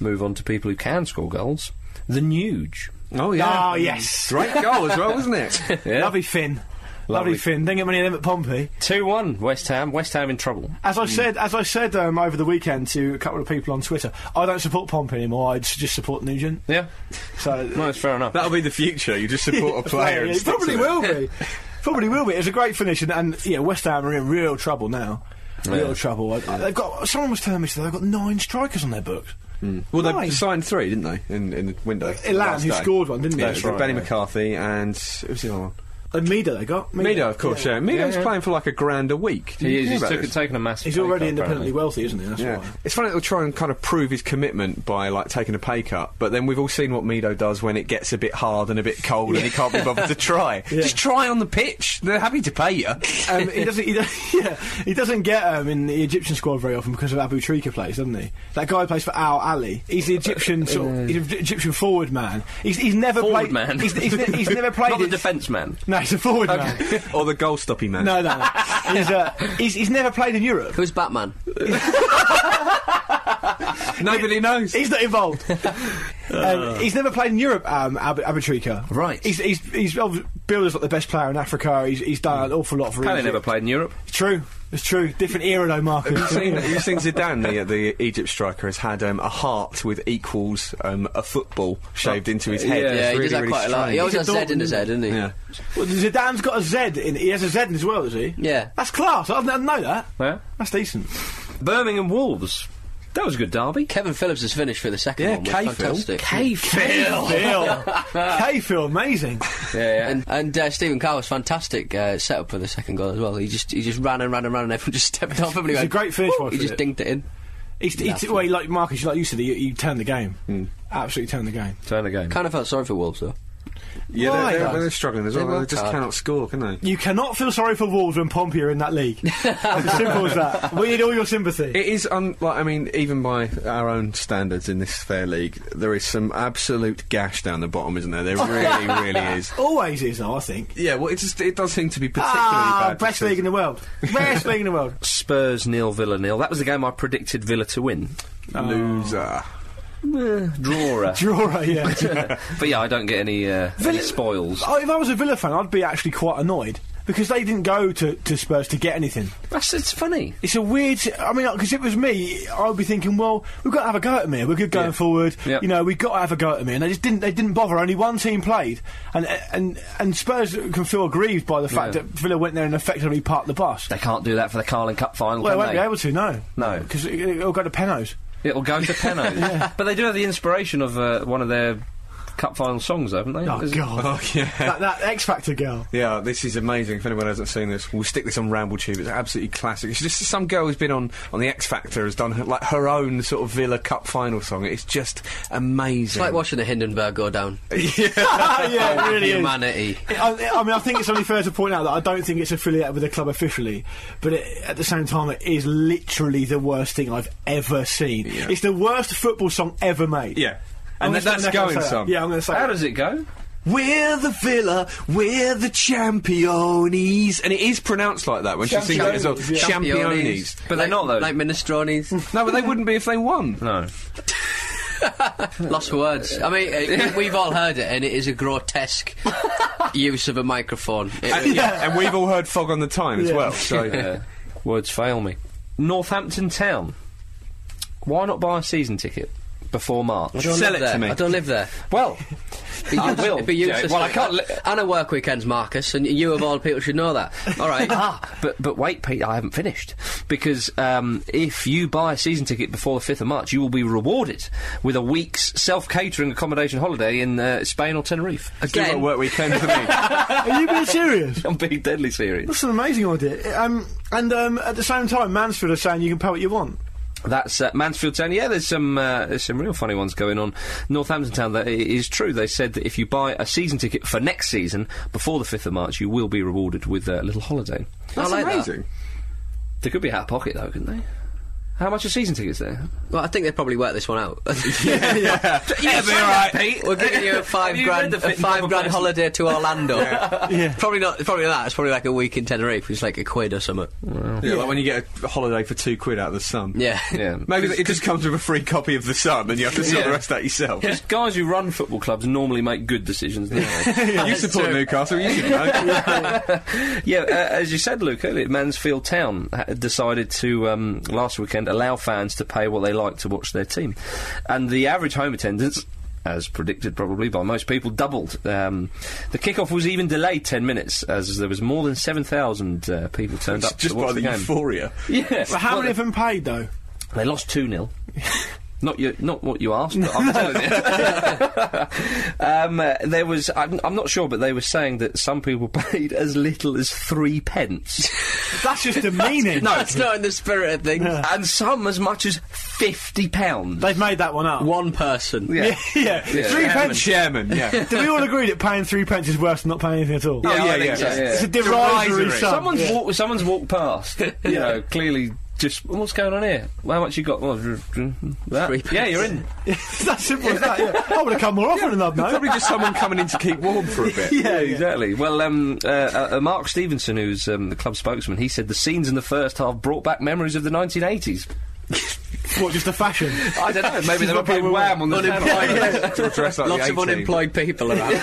A: move on to people who can score goals. The Nuge.
B: Oh
C: Oh, yes.
B: great goal as well, wasn't it?
C: lovely Finn, lovely,
A: Lovely.
C: Finn. Didn't get many of them at Pompey.
A: 2 1, West Ham. West Ham in trouble.
C: As I
B: Hmm.
C: said, as I said um, over the weekend to a couple of people on Twitter, I don't support Pompey anymore. I just support Nugent.
A: Yeah,
C: So
A: no, it's fair enough.
B: That'll be the future. You just support a player.
C: Yeah,
B: and
C: it
B: stick to
C: probably
B: them.
C: will be. Probably will be. It's a great finish, and, and yeah, West Ham are in real trouble now. Real trouble. I- I- They've got. Someone was telling me today they've got nine strikers on their books.
B: Well, they
C: Nine.
B: signed three, didn't they? In, in the window.
C: Elan,
B: last
C: who
B: day.
C: scored one, didn't
B: yeah,
C: they?
B: it was Benny McCarthy and who's the other one?
C: And Uh, Mida they got.
B: Mido, of course. Yeah, Mido's playing for like a grand a week. Did
A: he
B: you
A: is.
B: hear
A: He's
B: about
A: took,
B: this?
A: taken a massive.
C: He's
A: pay
C: already
A: cut,
C: independently
A: apparently.
C: wealthy, isn't he? That's
B: Yeah,
C: why.
B: it's funny. He'll try and kind of prove his commitment by like taking a pay cut, but then we've all seen what Mido does when it gets a bit hard and a bit cold, and he can't be bothered to try. Just try on the pitch; they're happy to pay you.
C: um, he doesn't. He, doesn't- yeah, he doesn't get um, in the Egyptian squad very often because of Abu Trika plays, doesn't he? That guy plays for Al Ali. He's the Egyptian sort. Of, he's an Egyptian forward man. He's, he's never
A: Forward
C: played.
A: man.
C: He's, he's, ne- he's never played.
A: Not the
C: it-
A: defence man.
C: no, he's a forward man.
B: or the goal stoppy man.
C: No, no, no. he's, uh, he's, he's never played in Europe.
D: Who's Batman?
B: nobody knows.
C: He's not involved. um, he's never played in Europe, um, Ab- Abatrika.
D: Right.
C: He's, he's, he's ob- billed as like, the best player in Africa. He's, he's done an awful lot for
A: Pele
C: Egypt.
A: never played in Europe.
C: It's true. It's true. Different era, though, Marcus.
B: You've seen, you've seen Zidane, the, the Egypt striker, has had um, a heart with equals um, a football shaved into his head.
A: Yeah,
B: It's
D: yeah, he
B: really,
D: does that
B: really
D: quite a lot. He
B: strange.
D: always
C: He's
D: has
C: a
D: Z in
C: Dortmund,
D: his head, doesn't he?
B: Yeah.
C: well, Zidane's got a Z in. He has a Z in as well, does he?
D: Yeah.
C: That's class. I didn't know that.
A: Yeah.
C: That's decent.
A: Birmingham Wolves. That was a good derby.
D: Kevin Phillips has finished for the second
B: Yeah,
D: one. which
B: K-Phil.
D: is fantastic.
A: K-Phil.
C: Phil. K Phil, amazing.
A: Yeah, yeah.
D: And, and uh, Stephen Carr was fantastic uh, set up for the second goal as well. He just he just ran and ran and ran and everyone just stepped off him. and he
C: It's a
D: went,
C: great finish
D: "Woo!"
C: by
D: He just
C: Phillips.
D: dinked it in.
C: He's, he t- well, like Marcus, like you said, you, you turned the game.
B: Hmm.
C: Absolutely turned the game.
A: Turn the game.
D: Kind of felt sorry for Wolves though.
B: Yeah,
C: Why?
B: they're, they're, they're struggling as
D: They
B: well. They,
D: work
B: just
D: hard.
B: cannot score, can they?
C: You cannot feel sorry for Wolves when Pompey are in that league. it's as simple as that. We need all your sympathy.
B: It is un- like I mean, even by our own standards in this fair league, there is some absolute gash down the bottom, isn't there? There really, really is.
C: Always is now, I think.
B: Yeah, well, it just it does seem to be particularly
C: Ah,
B: bad.
C: best
B: this
C: league
B: season.
C: in the world. Best league in the world.
A: Spurs nil, Villa nil. That was the game I predicted Villa to win.
B: loser.
D: Ah.
A: Drawer.
C: Draw, yeah.
A: but yeah, I don't get any, uh, any spoils.
C: oh, if I was a Villa fan, I'd be actually quite annoyed because they didn't go to, to Spurs to get anything.
A: That's it's funny.
C: It's a weird. I mean, because if it was me, I'd be thinking, well, we've got to have a go at them here. We're good going forward.
A: Yeah.
C: You know, we've got to have a go at them here. And they just didn't. They didn't bother. Only one team played, and and and Spurs can feel aggrieved by the fact
A: Yeah.
C: that Villa went there and effectively parked the bus.
A: They can't do that for the Carling Cup final.
C: Well, they
A: can
C: won't
A: they?
C: be able to, no.
A: No.
C: Because it, it'll go to Penos.
A: It'll go to Penno. But they do have the inspiration of uh, one of their cup final songs, haven't they?
C: Oh,
A: Is it-
C: God.
B: Oh yeah.
C: that, that X Factor girl.
B: Yeah, this is amazing. If anyone hasn't seen this, we'll stick this on RambleTube. It's absolutely classic. It's just some girl who's been on, on the X Factor has done her, like her own sort of Villa Cup final song. It's just
D: It's
B: amazing.
D: like watching a Hindenburg go down.
C: yeah, it really is.
D: Humanity.
C: I, I mean, I think it's only fair to point out that I don't think it's affiliated with the club officially, but it, at the same time, it is literally the worst thing I've ever seen. It's the worst football song ever made.
B: yeah,
C: I'm
B: and
C: gonna-
B: that's
C: I'm gonna
B: going
C: say that.
B: some.
C: Yeah, I'm going to say.
A: How
C: that.
A: does it go?
B: We're the Villa, we're the Champions, and it is pronounced like that when she sings it as well.
C: Champions, yeah.
B: Championes.
A: But they're
D: Like-
A: not, though.
D: Like minestrones.
B: No, but they wouldn't be if they won.
A: No.
D: Lost for words. I mean, uh, we- we've all heard it, and it is a grotesque use of a microphone. It-
B: And, and we've all heard "Fog on the Time" as
C: Yeah.
B: well. So
A: Uh, words fail me. Northampton Town. Why not buy a season ticket before March?
D: I don't
B: Sell
D: live
B: it to
D: there.
B: me.
D: I don't live there.
A: Well,
D: Be
A: I
D: use-
A: will,
D: Be
A: Jake.
D: useless.
A: Well, I can't li-
D: and I work weekends, Marcus, and you of all people should know that. All right.
A: ah, but but wait, Pete, I haven't finished because um, if you buy a season ticket before the fifth of March, you will be rewarded with a week's self-catering accommodation holiday in uh, Spain or Tenerife.
B: do not
D: Again,
B: work weekend for me.
C: Are you being serious?
A: I'm being deadly serious.
C: That's an amazing idea. Um, and um, at the same time, Mansfield are saying you can pay what you want.
A: That's uh, Mansfield Town. Yeah, there's some uh, there's some real funny ones going on. Northampton Town. That i- is true. They said that if you buy a season ticket for next season before the fifth of March, you will be rewarded with a little holiday.
D: I like that.
B: amazing.
A: They could be out of pocket though, couldn't they? How much are season tickets there?
D: Well, I think they probably worked this one out.
B: Yeah, yeah.
A: Yeah,
D: be We're giving you a five grand, a five grand holiday to Orlando.
C: Yeah.
D: Probably not. Probably not that. It's probably like a week in Tenerife, which is like a quid or something.
B: Yeah, like when you get a holiday for two quid out of the sun.
D: Yeah.
A: Yeah.
B: Maybe it just comes with a free copy of The Sun and you have to sell
A: Yeah.
B: the rest out yourself.
A: Because guys who run football clubs normally make good decisions. Don't they?
B: You support Newcastle, you should know.
A: yeah, uh, as you said, Luke, earlier, Mansfield Town ha- decided to um, last weekend allow fans to pay what they like to watch their team, and the average home attendance. As predicted, probably by most people, doubled. Um, the kickoff was even delayed ten minutes, as there was more than seven thousand uh, people turned
B: It's
A: up
B: just
A: to watch
B: by the,
A: game.
B: euphoria.
A: Yeah,
C: But how
A: Well,
C: many of them paid though?
A: They lost 2 0. Not your, not what you asked, but I'm telling you. um, uh, there was, I'm, I'm not sure, but they were saying that some people paid as little as three pence,
C: That's just demeaning.
D: No, it's not in the spirit of things.
A: and some as much as fifty pounds.
C: They've made that one up.
D: One person.
C: Yeah, yeah. Three
B: Chairman,
C: pence.
B: chairman, yeah. Oh,
C: Do we all agree that paying three pence is worse than not paying anything at all?
A: Yeah, I
B: yeah,
A: think
B: yeah.
A: so, yeah.
C: It's a derisory
B: Derisory.
C: sum.
A: Someone's
C: yeah.
A: walked. Someone's walked past. You know, clearly. Just what's going on here? How much you got? Well, that.
D: Three
A: yeah,
D: pence.
A: you're in.
C: it's that simple as that. Yeah. I would have come more often than I've known.
B: Probably just someone coming in to keep warm for a bit.
A: yeah, exactly. Well, um, uh, uh, Mark Stevenson, who's um, the club spokesman, he said the scenes in the first half brought back memories of the 1980s.
C: What, just the fashion?
A: I don't know. Maybe they were
C: Probably
A: playing
C: were.
A: Wham on the
D: Unemployed.
A: channel.
B: To dress like the
D: Lots
B: 18.
D: of unemployed people around.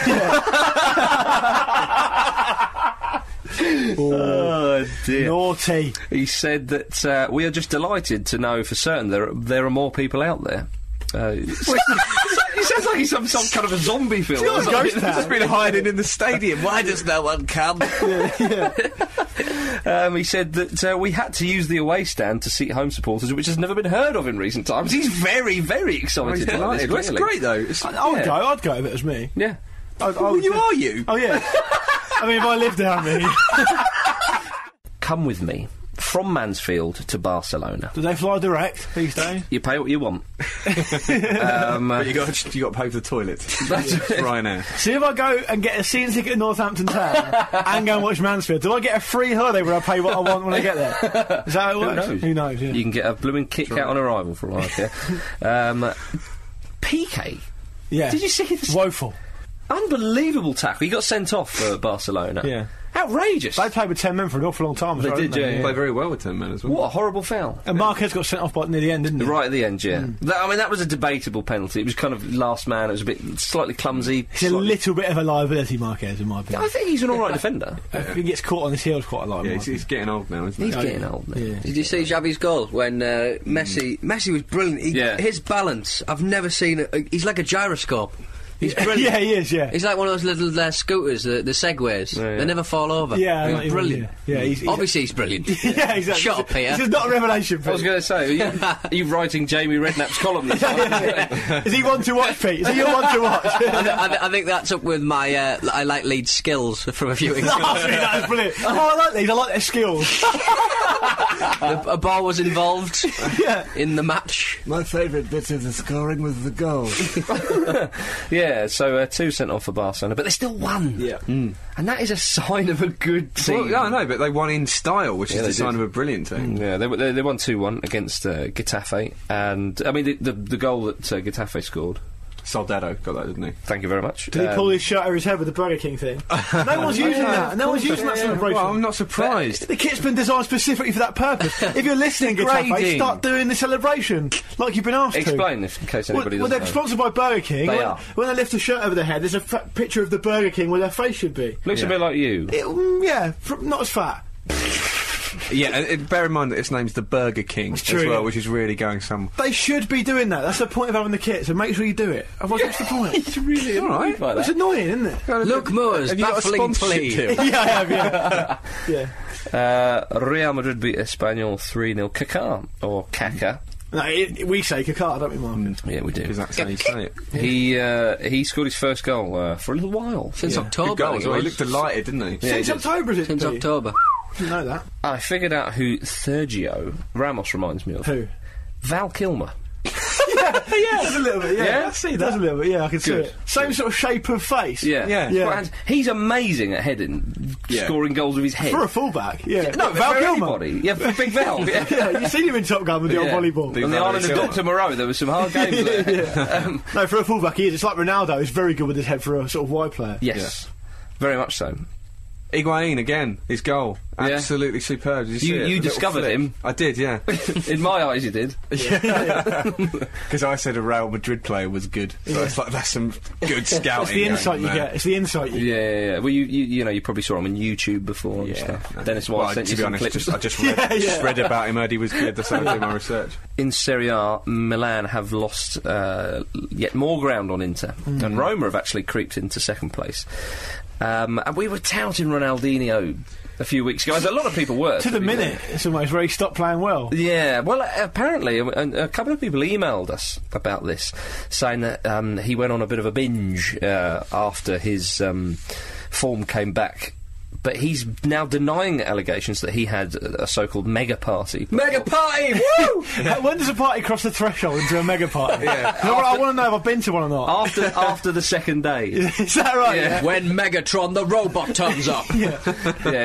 A: Oh dear.
C: Naughty.
A: He said that uh, we are just delighted to know for certain there are, there are more people out there. Uh, he sounds like he's some, some kind of a zombie film. or
C: It's not a
A: something.
C: ghost town.
B: Just been hiding in the stadium.
D: Why does no one come?
A: Um, he said that uh, we had to use the away stand to seat home supporters, which has never been heard of in recent times. He's very, very excited.
B: He's
A: about this,
B: delighted. Well, it's
A: clearly.
B: great though. It's,
C: I would
A: Yeah.
C: go. I'd go if it was me.
A: Yeah.
C: I, I
B: well,
C: would
B: you
C: do-
B: are you.
C: Oh yeah. I mean, if I lived down there,
A: Come with me from Mansfield to Barcelona.
C: do they fly direct these days?
A: You pay what you want. um, uh,
B: But you got you got to pay for the toilet.
A: That's it.
B: right now.
C: See if I go and get a season ticket in Northampton Town and go and watch Mansfield. Do I get a free holiday where I pay what I want when I get there? Is that how it
A: Who
C: works?
A: knows?
C: Who knows? Yeah.
A: You can get a blooming kick out on arrival for all I care. um, PK.
C: yeah.
A: Did you see this?
C: Woeful.
A: Unbelievable tackle. He got sent off for Barcelona.
C: Yeah.
A: Outrageous.
C: They played with ten men for an awful long time. As
A: They
C: well,
A: did,
C: didn't
A: yeah,
C: they?
A: yeah.
B: Play very well with ten men as well.
A: what a horrible foul.
C: And Marquez got sent off by near the end, didn't he?
A: Right at the end, yeah. That, I mean, that was a debatable penalty. It was kind of last man. It was a bit slightly clumsy.
C: He's a
A: slightly-
C: little bit of a liability, Marquez, in my
A: I
C: opinion.
A: think he's an all right defender.
C: He gets caught on his heels quite a lot. in
B: Yeah,
C: my
B: he's, he's getting old now, isn't he?
A: He's getting old. Now.
C: Yeah.
D: Did you see Xavi's goal when uh, Messi? Messi was brilliant. He,
A: Yeah.
D: His balance, I've never seen. it. Uh, he's like a gyroscope. He's
C: opinion.
D: brilliant.
C: yeah, he is. Yeah,
D: He's like one of those little uh, scooters, the, the segways.
A: Yeah, yeah.
D: They never fall over.
C: yeah, I'm
D: He's
C: not even-
D: brilliant.
C: Yeah, yeah he's, he's
D: Obviously, he's brilliant.
C: yeah, exactly.
D: Shut up, Peter.
C: This is not a revelation.
A: I was
C: Pete.
A: going to say, are you, are you writing Jamie Redknapp's column this time?
C: Is he one to watch, Pete? Is he a one to
D: I,
C: watch?
D: th- I, th- I think that's up with my uh, I like lead skills from a few weeks ago.
C: Last week, that was brilliant. Oh, I like these. I like their skills.
D: a, a ball was involved
C: yeah.
D: in the match.
E: My favourite bit of the scoring was the goal.
A: yeah, so uh, two sent off for Barcelona, but they still won.
B: Yeah.
D: Mm.
A: And that is a sign of a good team.
B: Well, yeah, I know, but they won in style, which
A: Yeah,
B: is
A: they
B: the sign
A: did. Mm,
B: of a brilliant team.
A: Yeah, they, they, they won 2 1 against uh, Getafe. And, I mean, the, the, the goal that uh, Getafe scored,
B: Soldado got that, didn't he?
A: thank you very much.
C: Did he
A: Um,
C: pull his shirt over his head with the Burger King thing? No one's using that. No one's using that celebration.
B: Well, I'm not surprised.
C: the kit's been designed specifically for that purpose. If you're listening, Getafe,
A: Degrading.
C: start doing the celebration like you've been asked to.
A: Explain if, in case
C: Well,
A: anybody
C: well,
A: doesn't
C: they're
A: know.
C: sponsored by Burger King.
A: They
C: when,
A: are.
C: when they lift the shirt over their head, there's a fa- picture of the Burger King where their face should be.
A: Looks a bit like you.
C: It, mm, yeah, fr- not as fat.
B: Yeah, and, and bear in mind that its name's the Burger King as
C: true,
B: well,
C: yeah.
B: which is really going some.
C: They should be doing that. That's the point of having the kit. So make sure you do it. Otherwise, what's the point?
A: It's really
B: all right.
A: By
C: It's
A: that.
C: annoying, isn't it?
D: Luke Moore's
B: Have you got a
D: baffling
B: sponsorship
D: plea.
B: deal?
C: yeah, I have. Yeah, yeah.
A: Uh, Real Madrid beat Espanyol 3 0. Kaká, or Kaka.
C: No, it, we say Kakar, don't we, Mark?
A: Yeah, we do.
B: Because that's how you say it.
A: He uh, he scored his first goal uh, for a little while.
D: Since October.
B: Good goal
D: I think
B: as
D: it
B: well. He
D: was.
B: looked delighted, didn't he?
C: Since October, is it?
D: Since
C: Pete?
D: October.
C: Didn't know that.
A: I figured out who Sergio Ramos reminds me of.
C: Who?
A: Val Kilmer.
C: yeah, does a little bit. Yeah,
A: Yeah?
C: I see. Does a little bit. Yeah, I can see
A: Good.
C: it. Same sort of shape of face.
A: Yeah.
B: Yeah.
C: Yeah.
A: Well, and he's amazing at heading,
B: Yeah.
A: scoring goals with his head.
C: for a fullback. Yeah,
A: no,
C: Val
A: for
C: Kilmer.
A: anybody. Yeah, for Big Val. Yeah.
C: yeah, you seen him in Top Gun with the
A: Yeah.
C: old volleyball.
A: On the
B: Val
A: island of
B: Kilmer.
A: Doctor Moreau, there were some hard games there. um,
C: No, for a fullback, he is. It's like Ronaldo. He's very good with his head for a sort of wide player.
A: yes, very much so.
B: Higuain again, his goal.
A: Yeah.
B: Absolutely superb. Did you see
A: You-
B: it?
A: you
B: The little
A: discovered
B: flick.
A: him.
B: I did, yeah.
A: In my eyes, you did.
B: Because I said a Real Madrid player was good. So it's like, that's some good scouting.
C: It's the
B: going
C: insight
B: on
C: you
B: there.
C: get. It's the insight you get.
A: Yeah, yeah, yeah. Well, you, you you know you probably saw him on YouTube before and
B: Yeah.
A: stuff.
B: I-
A: Dennis White
B: well,
A: sent
B: to
A: you
B: be
A: some
B: honest,
A: clips.
B: just, uh, I just read, just read about him, heard he was good, that's how I did my research.
A: in Serie A, Milan have lost uh, yet more ground on Inter,
B: Mm.
A: and Roma have actually creeped into second place. Um, and we were touting Ronaldinho a few weeks ago, as a lot of people were.
C: To the
A: be fair.
C: minute, it's almost where he stopped playing well.
A: Yeah, well, uh, apparently, um, and a couple of people emailed us about this, saying that um, he went on a bit of a binge uh, after his um, form came back. But he's now denying allegations that he had a a so-called mega party. Mega party! Woo!
C: How- when does a party cross the threshold into a mega party? You know what, I want to know if I've been to one or not.
A: after after the second day.
C: Is that right?
A: Oh. Yeah.
F: When Megatron the robot turns up.
A: yeah,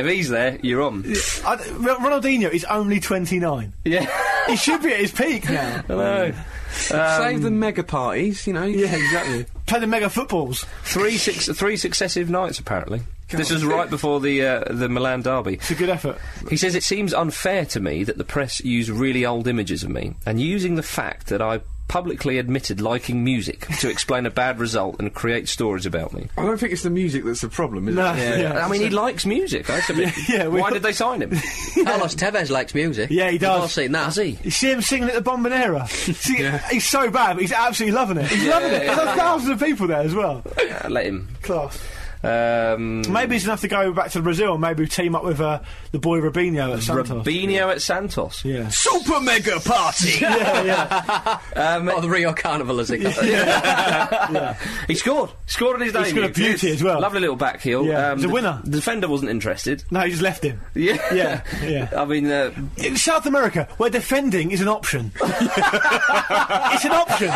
A: if he's there, you're on.
C: I, Ronaldinho is only 29.
A: Yeah. Mm.
C: He should be at his peak now.
A: Hello.
B: Save the mega parties, you know. Um, Yeah, exactly.
C: Playing the mega footballs.
A: Three six three successive nights apparently. This was right before the uh, the Milan derby.
C: It's a good effort.
A: He says it seems unfair to me that the press use really old images of me and using the fact that I publicly admitted liking music to explain a bad result and create stories about me.
B: I don't think it's the music that's the problem, is
C: No,
B: it?
C: yeah.
A: I mean, he likes music. I submit.
C: Yeah, yeah, we-
A: Why did they sign him?
D: Carlos Tevez likes music.
C: Yeah, he
D: We've
C: does.
D: all seen that. Does he?
C: You see him singing at the Bombonera. See, He's so bad, but he's absolutely loving it. He's loving it. There's thousands of people there as well.
A: Uh, let him.
C: Class.
A: Um,
C: Maybe he's enough to go back to Brazil and maybe team up with uh, the boy Rubinho at Santos.
A: Robinho at Santos.
C: yeah.
B: Super mega party!
C: yeah, Oh, yeah.
A: Um,
C: Oh,
D: or the Rio Carnival, as they call it.
A: He scored. Scored on his debut.
C: He's got a beauty as well.
A: Lovely little back heel. Um,
C: Yeah, he's a
A: the-
C: winner.
A: The defender wasn't interested.
C: No, he just left him.
A: Yeah.
C: Yeah, yeah.
A: I mean, uh,
C: In South America, where defending is an option. it's an option.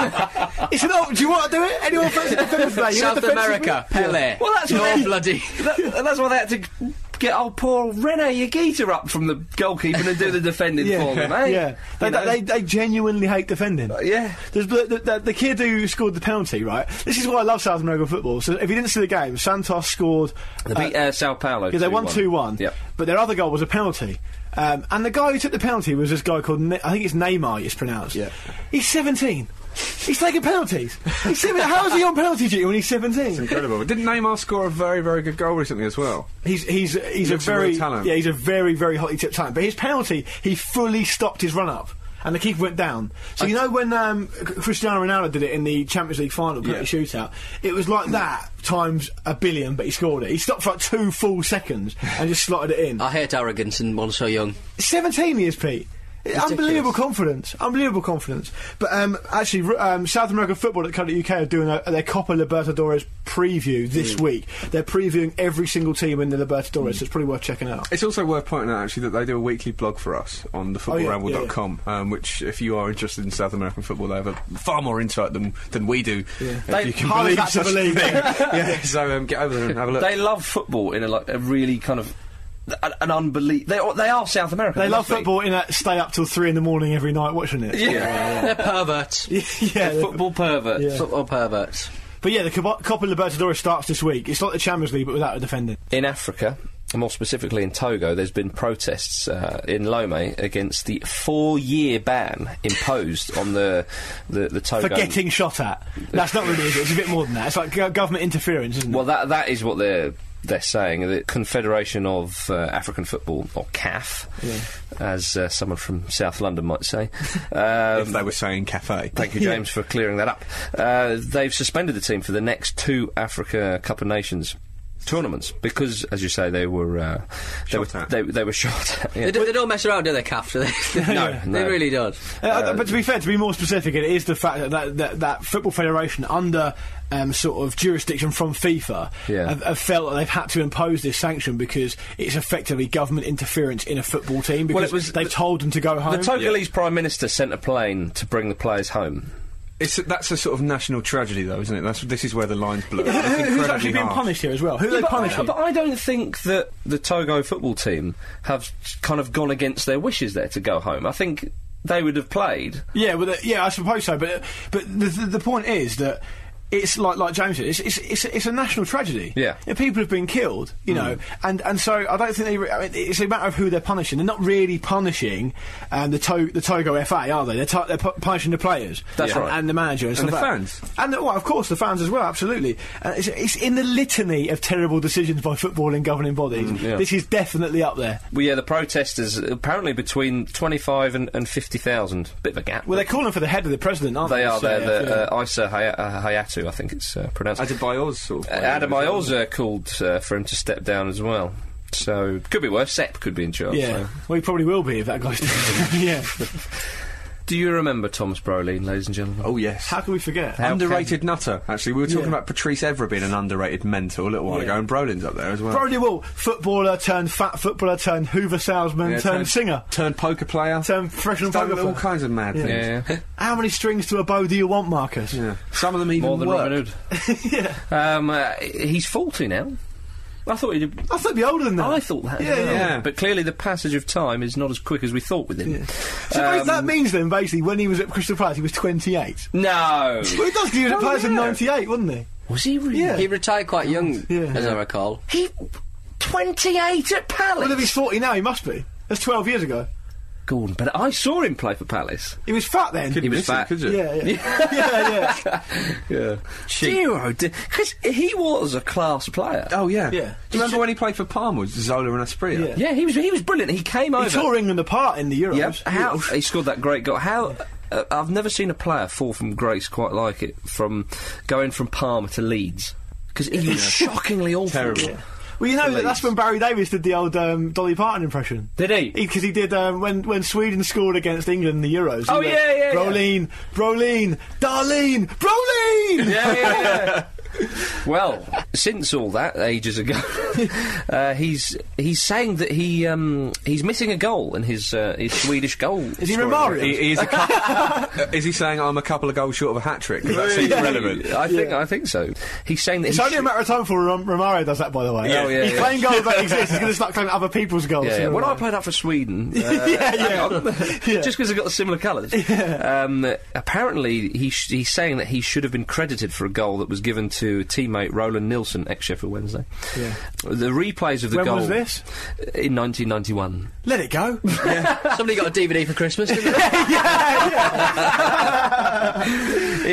C: It's an option. Do you want to do it? Anyone fancy defending today? You're a
D: South
C: defensive
D: America,
C: mid-
D: Pele.
A: Well, that's what
D: your
A: they-
D: bloody.
A: that, that's why they had to g- get old poor Rene Yagita up from the goalkeeper and do the defending
C: Yeah,
A: for them, eh?
C: yeah. They,
A: You know? Uh,
C: they, they genuinely hate defending.
A: yeah.
C: There's the, the, the, the kid who scored the penalty, right? This is why I love South American football. So if you didn't see the game, Santos scored.
A: They beat uh, Sao Paulo.
C: Yeah, they won 2 1.
A: Yep.
C: But their other goal was a penalty. Um, and the guy who took the penalty was this guy called, ne- I think it's Neymar, it's pronounced. Yeah. He's 17. He's taking penalties. He's 17. How is he on penalty duty when he's 17?
B: Incredible. But Didn't Neymar score a very, very good goal recently as well?
C: He's he's he's a
B: looks a real
C: very
B: talent.
C: yeah he's a very very hotly tipped talent. But his penalty, he fully stopped his run up, and the keeper went down. So you know when um, C- Cristiano Ronaldo did it in the Champions League final penalty shootout, it was like that times a billion, but he scored it. He stopped for like two full seconds and just slotted it in.
D: I hate arrogance in one so young.
C: Seventeen years, Pete. Unbelievable confidence, unbelievable confidence. But um, actually, r- um, South American football at Current UK are doing a, their Copa Libertadores preview this
A: Hmm.
C: week. They're previewing every single team in the Libertadores, so it's probably worth checking out.
B: It's also worth pointing out, actually, that they do a weekly blog for us on thefootballramble.com, um, which, if you are interested in South American football, they have a far more insight than, than we do. If
C: They-
B: you can
C: hard
B: believe
C: as
B: such
C: that to
B: a
C: believe.
B: thing. yeah, so um, get over there and have a look.
A: They love football in a, like, a really kind of an, an unbelievable. They, are- they are South America.
C: They love
A: must be.
C: football in that stay up till three in the morning every night watching it.
A: Yeah.
D: They're perverts.
C: yeah.
A: Football perverts.
C: Yeah.
D: Football perverts.
C: But yeah, the Copa Copa Libertadores starts this week. It's like the Champions League, but without a defender.
A: In Africa, more specifically in Togo, there's been protests uh, in Lome against the four-year ban imposed on the the, the Togo.
C: For getting shot at. That's not really it. It's a bit more than that. It's like go- government interference, isn't it?
A: Well, that that is what they're they're saying. The Confederation of uh, African Football, or CAF, as uh, someone from South London might say.
B: if
A: Um,
B: they were saying cafe.
A: Thank you, James, for clearing that up. Uh, they've suspended the team for the next two Africa Cup of Nations. tournaments because, as you say, they were uh, they
B: Shot
A: were
B: at.
A: they, they were shot at. yeah.
D: They, do, they don't mess around, do they, Calf? Do they?
A: No,
D: They
A: no.
D: really don't.
C: Uh, but to
A: Um,
C: be fair, to be more specific, it is the fact that that, that, that football federation under um, sort of jurisdiction from FIFA
A: Yeah.
C: have, have felt that they've had to impose this sanction because it's effectively government interference in a football team because
A: it was-
C: they've told them to go home.
A: The Togolese Prime Minister sent a plane to bring the players home.
B: It's that's a sort of national tragedy, though, isn't it? That's this is where the lines blur.
C: Who-
B: It's
C: who's
B: incredibly
C: actually being
B: harsh.
C: punished here as well? Who are they
A: but, I,
C: punishing?
A: but I don't think that the Togo football team have kind of gone against their wishes there to go home. I think they would have played.
C: Yeah, well, uh, yeah, I suppose so. But but the, the, the point is that it's like like James said, it's it's it's, it's a national tragedy.
A: Yeah. Hmm.
C: You know, people have been killed, you know, and and so I don't think they. Re- I mean, it's a matter of who they're punishing. They're not really punishing um, the to- the Togo FA, are they? They're, t- they're pu- punishing the players.
A: That's
C: and,
A: right.
C: and the manager and,
B: And
C: stuff
B: the
C: like that.
B: fans.
C: and the, well, of course, the fans as well. Absolutely, uh, it's, it's in the litany of terrible decisions by footballing governing bodies.
A: Mm, yeah.
C: This is definitely up there.
A: Well, yeah, the protesters apparently between twenty-five and, and fifty thousand. Bit of a gap.
C: Well, they're calling for the head of the president, aren't they?
A: they are.
C: So,
A: They're
C: yeah,
A: the
C: yeah.
A: uh, Issa Haya- uh, Hayatu, I think it's uh, pronounced.
B: Adebayor's sort of.
A: Uh, Adam Iorza called uh, for him to step down as well. So could be worse. Sepp could be in charge.
C: Yeah,
A: so.
C: well, he probably will be if that goes down. yeah,
A: Do you remember Thomas Brolin, ladies and gentlemen?
B: Oh yes.
C: how can we forget?
A: How
B: underrated nutter. Actually, we were talking
C: Yeah.
B: about Patrice Evra being an underrated mentor a little while
C: Yeah.
B: ago, and Brolin's up there as well.
C: Brody Wall, footballer turned fat footballer turned Hoover salesman
B: Yeah,
C: turned singer
B: turned poker player,
C: turned professional
B: He's done all
C: photographer.
B: kinds of mad
C: Yeah.
B: things.
A: Yeah.
C: How many strings to a bow do you want, Marcus?
B: Yeah. Some of them even
A: More than
B: work.
A: Robin Hood. yeah. Um, uh, he's forty now. I thought he'd.
C: I thought he'd be older than that.
A: I thought that. as
C: Yeah,
A: well.
B: yeah.
A: But clearly, the passage of time is not as quick as we thought with him.
C: So bas-
A: Um,
C: that means then, basically, when he was at Crystal Palace, he was 28.
A: No.
C: Well, it does, 'cause he was at
B: Oh,
C: Palace in
B: yeah.
C: 98, wasn't he?
A: Was he really?
C: Yeah.
D: He retired quite young,
C: Yeah.
D: as I recall.
A: He. 28 at Palace.
C: Well, if he's 40 now, he must be. That's 12 years ago.
A: Gordon, but I saw him play for Palace.
C: He was fat then.
A: He was
B: Listen,
A: fat.
B: could you?
C: yeah, yeah, yeah, yeah.
A: Yeah. Zero. Because oh, he was a class player.
B: Oh yeah.
C: Yeah.
B: Do you remember when he played for Parma? Was Zola and Espria?
C: Yeah.
A: Yeah, he was he was brilliant. He came
C: He
A: over.
C: tore England apart in the Euros.
A: Yep. How he scored that great goal. How uh, I've never seen a player fall from grace quite like it from going from Parma to Leeds because he was shockingly awful.
B: Terrible. Yeah.
C: Well, you know that that's when Barry Davis did the old um, Dolly Parton impression.
A: Did he?
C: Because he, did um, when when Sweden scored against England in the Euros. he
A: Oh,
C: went,
A: yeah, yeah, yeah.
C: Brolin, Brolin, Darlene, Brolin.
A: Yeah, yeah, yeah. well, since all that ages ago, uh, he's he's saying that he um, he's missing a goal in his uh, his Swedish goal.
C: Is he
A: scoring
C: Romario?
B: He, he is, a cou- Uh, is he saying I'm a couple of goals short of a hat trick? That seems
C: Yeah.
B: relevant.
A: I think I think so. He's saying that
C: It's
A: he
C: only a
A: should-
C: matter of time before Rom- Romario does that, by the way.
A: Yeah. Oh, yeah,
C: He's
A: yeah.
C: playing goals that exist. He's going to start claiming other people's goals.
A: Yeah, yeah.
C: sooner
A: when
C: or
A: I
C: later.
A: played up for Sweden, uh,
C: Yeah, yeah.
A: just because I got the similar colours. Um, apparently, he sh- he's saying that he should have been credited for a goal that was given to teammate Roland Nilsson, ex Sheffield Wednesday.
C: Yeah.
A: The replays of the
C: When
A: goal
C: was this?
A: in 1991.
C: Let it go.
D: Somebody got a DVD for Christmas, didn't they?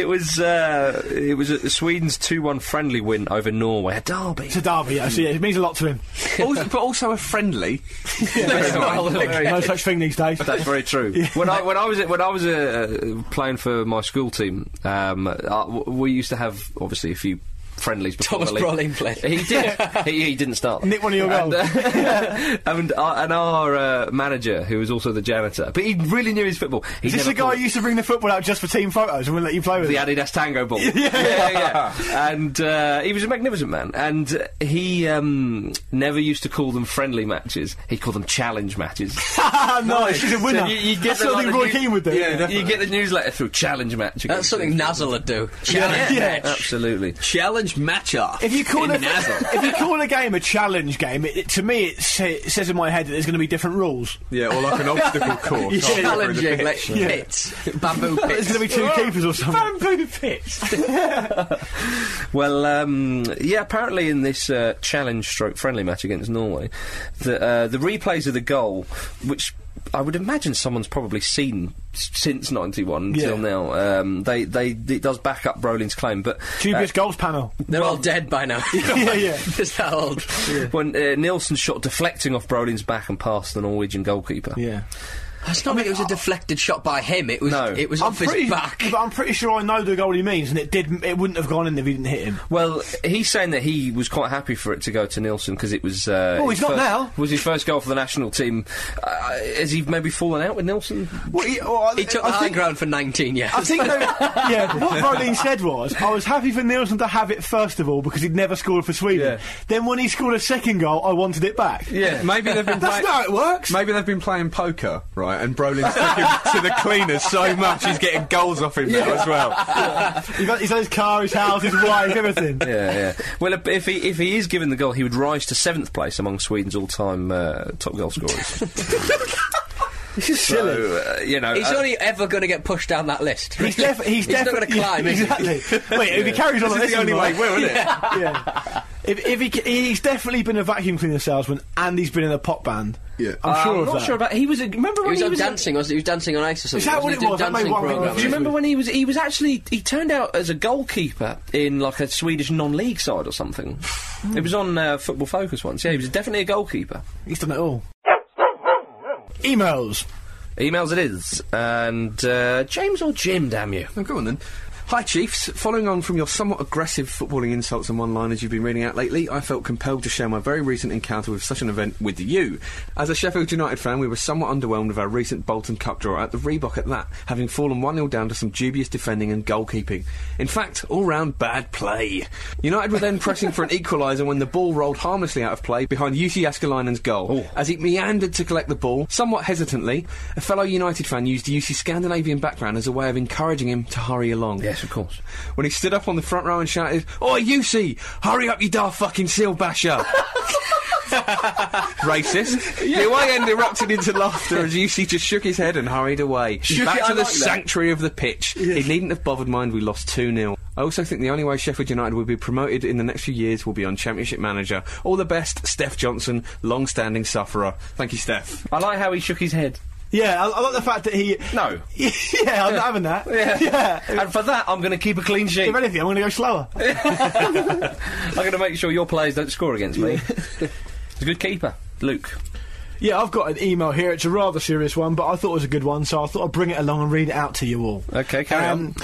A: it was uh, it was a Sweden's two-one friendly win over Norway at Derby.
C: It's a derby, yeah, so yeah, it means a lot to him.
B: also, but also a friendly.
C: No such thing these days.
A: That's very true. When I when I was when I was uh, playing for my school team, um, I- w- we used to have obviously a few friendlies before
D: Thomas
A: the league.
D: Brolin played.
A: He did. he, he didn't start.
C: Nick one of your
A: And,
C: goals.
A: uh, and our, and our uh, manager, who was also the janitor, but he really knew his football. He
C: Is this the
A: never
C: guy
A: called-
C: who used to bring the football out just for team photos and wouldn't let you play with
A: the
C: it?
A: Adidas Tango ball. yeah, yeah, yeah. And uh, he was a magnificent man. And uh, he um, never used to call them friendly matches. He called them challenge matches.
C: Ah,
B: Nice.
C: nice. He's a winner.
A: So you- you get
C: That's
A: the
C: something
A: line
C: Roy
A: of you-
C: Keane would do.
B: Yeah, definitely.
A: you get the newsletter through challenge match.
D: That's something Nazzle would do.
A: Yeah,
D: Challenge match.
A: absolutely.
D: Challenge match off.
C: If you call
D: in
C: a,
D: Nazzle.
C: if you call a game a challenge game, it, it- to me it, sa- it says in my head that there's going to be different rules.
B: Yeah, or like an obstacle course.
C: Yeah.
B: halfway through the
D: Challenging,
B: pitch.
D: like pits, bamboo
C: There's
D: pits.
C: going to be two keepers or something.
B: Bamboo pits.
A: Well, um, yeah, apparently in this uh, challenge stroke friendly match against Norway, the, uh, the replays of the goal, which I would imagine someone's probably seen s- since 91 until
C: Yeah.
A: now, um, they, they, it does back up Brolin's claim. But uh,
C: Dubious goals panel.
D: They're all dead by now.
C: Yeah, yeah.
D: It's that old.
A: when uh, Nielsen shot deflecting off Brolin's back and past the Norwegian goalkeeper.
C: Yeah.
D: That's not like it was a deflected shot by him. It was
A: No.
D: it was
C: I'm
D: off his
C: pretty,
D: back.
C: but I'm pretty sure I know the goal he means, and it did. It wouldn't have gone in if he didn't hit him.
A: Well, he's saying that he was quite happy for it to go to Nielsen because it was. Uh,
C: Oh,
A: his
C: he's not
A: fir-
C: now.
A: Was his first goal for the national team? Uh, has he maybe fallen out with Nielsen?
C: Well, he, well, I-
D: He took
C: I
D: the high
C: think-
D: ground for 19 years.
C: I think, though, yeah, what Rodin said was, I was happy for Nielsen to have it first of all because he'd never scored for Sweden.
B: Yeah.
C: Then when he scored a second goal, I wanted it back.
B: Yeah, maybe they've been
C: That's
B: playing.
C: not how it works.
B: Maybe they've been playing poker, right? And Brolin's taken to the cleaners so much he's getting goals off him now as well.
C: He's got, he's got his car, his house, his wife, everything.
A: yeah, yeah. Well, if- if he if he is given the goal, he would rise to seventh place among Sweden's all-time uh, top goal scorers.
C: This is silly.
A: So, uh, you know,
D: He's
A: uh,
D: only ever going to get pushed down that list.
C: He's, def- he's,
D: not going
C: definitely
D: to climb. is he?
C: Exactly. Wait, if he carries on
B: This is
C: like this,
B: the only way,
C: right?
B: will, isn't it?
C: yeah. If, if he, ca- he's definitely been a vacuum cleaner salesman and he's been in a pop band. Yeah, I'm
A: Uh, I'm
C: sure of
A: not
C: that.
A: sure about. He was. A, remember
D: He
A: when
D: was
A: he
D: on
A: was. a-
D: dancing, wasn't he? He was dancing on ice or something.
C: Is that what
D: wasn't
C: it
D: he?
C: was?
D: Did
C: That made
D: dancing
C: one
D: programme.
C: thing.
A: do you remember when he was? He was actually. He turned out as a goalkeeper in like a Swedish non-league side or something. it was on uh, Football Focus once. Yeah, he was definitely a goalkeeper.
C: He's done it all. Emails.
A: Emails it is, and uh, James or Jim, damn you.
B: Oh, go on then. Hi, Chiefs. Following on from your somewhat aggressive footballing insults and one liners you've been reading out lately, I felt compelled to share my very recent encounter with such an event with you. As a Sheffield United fan, we were somewhat underwhelmed with our recent Bolton Cup draw at the Reebok at that, having fallen 1 0 down to some dubious defending and goalkeeping. In fact, all round bad play. United were then pressing for an equaliser when the ball rolled harmlessly out of play behind Jussi Askelainen's goal. As he meandered to collect the ball, somewhat hesitantly, a fellow United fan used Jussi's Scandinavian background as a way of encouraging him to hurry along.
A: Yes, of course.
B: When he stood up on the front row and shouted, Oi, Jussi, hurry up, you daft fucking seal basher! Racist. The away end erupted into laughter as Jussi just shook his head and hurried away.
A: Shook
B: Back
A: it, I
B: to the
A: like that.
B: sanctuary of the pitch. He needn't have bothered, mind, we lost 2 0. I also think the only way Sheffield United will be promoted in the next few years will be on Championship Manager. All the best, Steph Johnson, long standing sufferer. Thank you, Steph.
A: I like how he shook his head.
C: Yeah, I, I like the fact that he.
A: No.
C: yeah, I'm not having that.
A: Yeah.
C: yeah.
A: And for that, I'm going to keep a clean sheet.
C: If anything, I'm going to go slower.
A: I'm going to make sure your players don't score against me. He's a good keeper, Luke.
C: Yeah, I've got an email here. It's a rather serious one, but I thought it was a good one, so I thought I'd bring it along and read it out to you all.
A: Okay, carry on.
C: Um,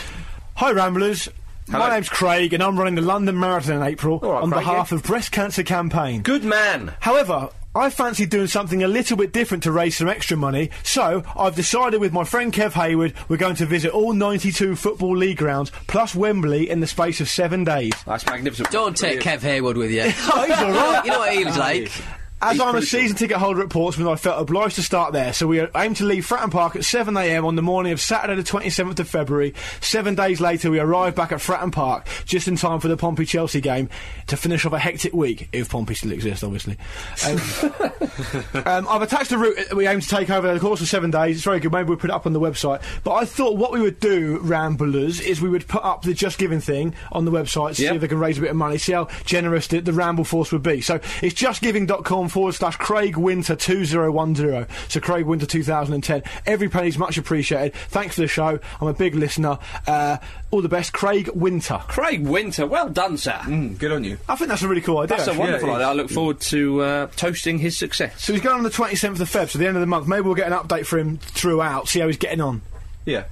C: Hi, Ramblers.
A: Hello.
C: My name's Craig, and I'm running the London Marathon in April
A: All right,
C: on
A: Craig,
C: behalf of Breast Cancer Campaign.
A: Good man.
C: However, I fancy doing something a little bit different to raise some extra money, so I've decided with my friend Kev Hayward we're going to visit all 92 Football League grounds plus Wembley in the space of seven days.
A: That's magnificent.
D: Don't take Kev Haywood with you.
C: Oh, he's all right.
D: you know what he was like.
C: As I'm a season ticket holder at Portsmouth, I felt obliged to start there, so we aim to leave Fratton Park at 7am on the morning of Saturday the 27th of February. Seven days later, we arrive back at Fratton Park, just in time for the Pompey-Chelsea game, to finish off a hectic week, if Pompey still exists, obviously. Um, um, I've attached a route that we aim to take over the course of seven days. It's very good. Maybe we'll put it up on the website. But I thought what we would do, Ramblers, is we would put up the Just Giving thing on the website, see
A: Yep.
C: if they can raise a bit of money, see how generous the, the Ramble force would be. So it's justgiving.com forward slash Craig Winter 2010. So Craig Winter 2010. Every penny's much appreciated. Thanks for the show. I'm a big listener. Uh, all the best, Craig Winter.
A: Craig Winter, well done, sir.
B: Mm, good on you.
C: I think that's a really cool idea.
A: That's a
C: actually.
A: wonderful
B: it
A: idea.
B: is.
A: I look forward to uh, toasting his success.
C: So he's going on the 27th of Feb, so the end of the month. Maybe we'll get an update for him throughout, see how he's getting on.
B: Yeah.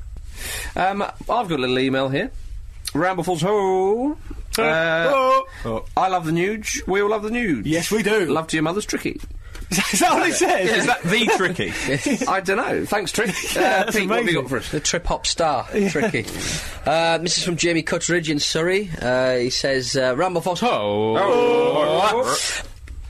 A: Um, I've got a little email here. Rambleful's Ho. Uh,
C: Oh.
A: I love the nude. We all love the nude.
C: Yes, we do.
A: Love to your mother's tricky.
C: Is that what it says?
B: Is that the tricky?
A: I don't know. Thanks, Trick.
C: Yeah,
A: uh,
C: that's
A: Pete, what have you
C: amazing.
A: got for us?
D: The trip hop star, tricky. Uh, this is from Jamie Cutteridge in Surrey. Uh, he says, uh, Ramble Fox, ho!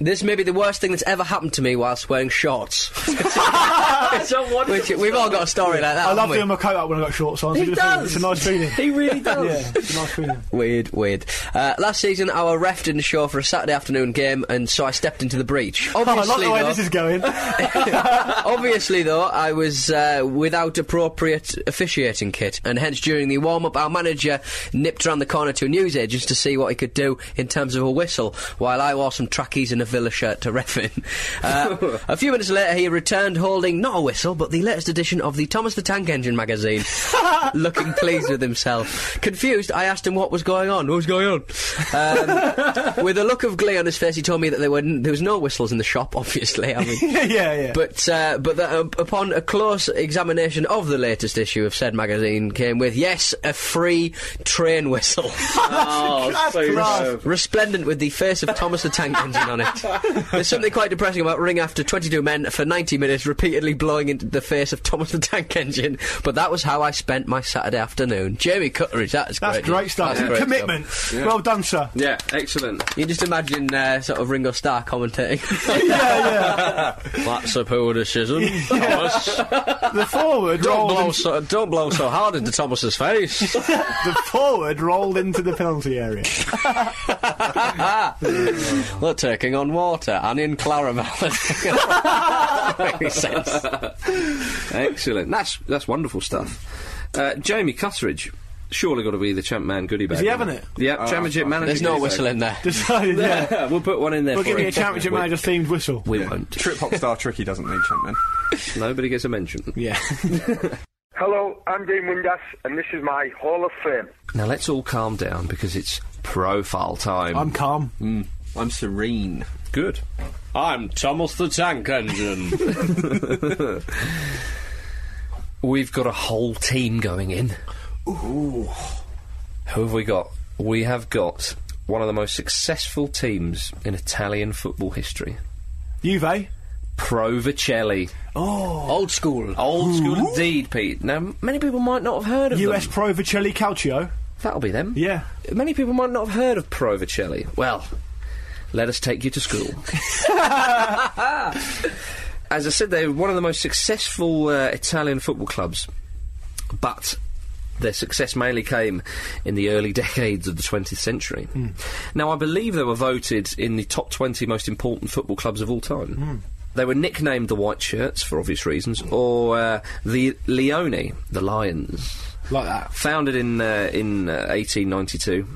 D: This may be the worst thing that's ever happened to me whilst wearing shorts.
A: That's a wonderful
D: Which, we've all got a story like that.
C: I love
D: haven't we?
C: doing my coat up when I've got shorts on.
D: He
C: it's, a good feeling.
D: does.
C: it's a nice feeling.
A: He really does.
C: yeah, it's a nice feeling.
D: Weird, weird. Uh, last season, our ref didn't show for a Saturday afternoon game, and so I stepped into the breach.
C: Oh, I like
D: Obviously,
C: the way
D: though,
C: this is going.
D: Obviously, though, I was uh, without appropriate officiating kit, and hence during the warm up, our manager nipped around the corner to a newsagent to see what he could do in terms of a whistle, while I wore some trackies and a Villa shirt to ref in. Uh, a few minutes later, he returned holding not a whistle, but the latest edition of the Thomas the Tank Engine magazine, looking pleased with himself. Confused, I asked him what was going on. What was going on? Um, with a look of glee on his face, he told me that there were n- there was no whistles in the shop. Obviously, I mean,
C: yeah, yeah.
D: but uh, but that, uh, upon a close examination of the latest issue of said magazine, came with yes, a free train whistle,
A: Oh,
C: That's
A: so
C: class.
A: nerve-
D: resplendent with the face of Thomas the Tank Engine on it. There's something quite depressing about running after 22 men for 90 minutes, repeatedly blowing into the face of Thomas the Tank Engine. But that was how I spent my Saturday afternoon. Jamie Cutteridge, that is
C: That's
D: great.
C: great stuff.
D: That's great stuff.
C: Commitment. Well done, sir.
A: Yeah, excellent.
D: You just imagine uh, sort of Ringo Starr commentating.
C: yeah,
D: That's a poor decision. Thomas.
C: yeah. The forward
D: Don't
C: rolled.
D: blow,
C: in-
D: so, don't blow so hard into Thomas's face.
C: the forward rolled into the penalty area.
D: We're taking on water and in Clarabelle. Makes sense.
A: Excellent. That's that's wonderful stuff. Uh, Jamie Cutteridge, surely got to be the champ man goodie bag.
C: he having it?
A: Yeah,
B: Oh,
A: championship
B: that's
A: manager.
D: There's no
A: goodie
D: whistle
A: bag.
D: in there.
C: Decided, yeah.
A: we'll put one in there.
C: We'll
A: for
C: give you
A: him.
C: a championship
A: We-
C: manager themed whistle.
A: We won't.
B: Trip hop star tricky doesn't need champ man.
A: Nobody gets a mention.
C: Yeah.
G: Hello, I'm Dean Windass, and this is my Hall of Fame.
A: Now let's all calm down because it's profile time.
C: I'm calm.
B: I'm serene.
A: good.
D: I'm Thomas the Tank Engine.
A: We've got a whole team going in. Who have we got? We have got one of the most successful teams in Italian football history.
C: Juve.
A: Provicelli. Oh.
D: Old school.
A: Old school indeed, Pete. Now, many people might not have heard of
C: US
A: them.
C: Pro Vicelli Calcio.
A: That'll be them.
C: Yeah.
A: Many people might not have heard of Provicelli. Well, let us take you to school. As I said, they're one of the most successful uh, Italian football clubs, but their success mainly came in the early decades of the 20th century. Now, I believe they were voted in the top 20 most important football clubs of all time. They were nicknamed the White Shirts for obvious reasons, or uh, the Leone, the Lions.
C: Like that.
A: Founded in uh, in uh, 1892.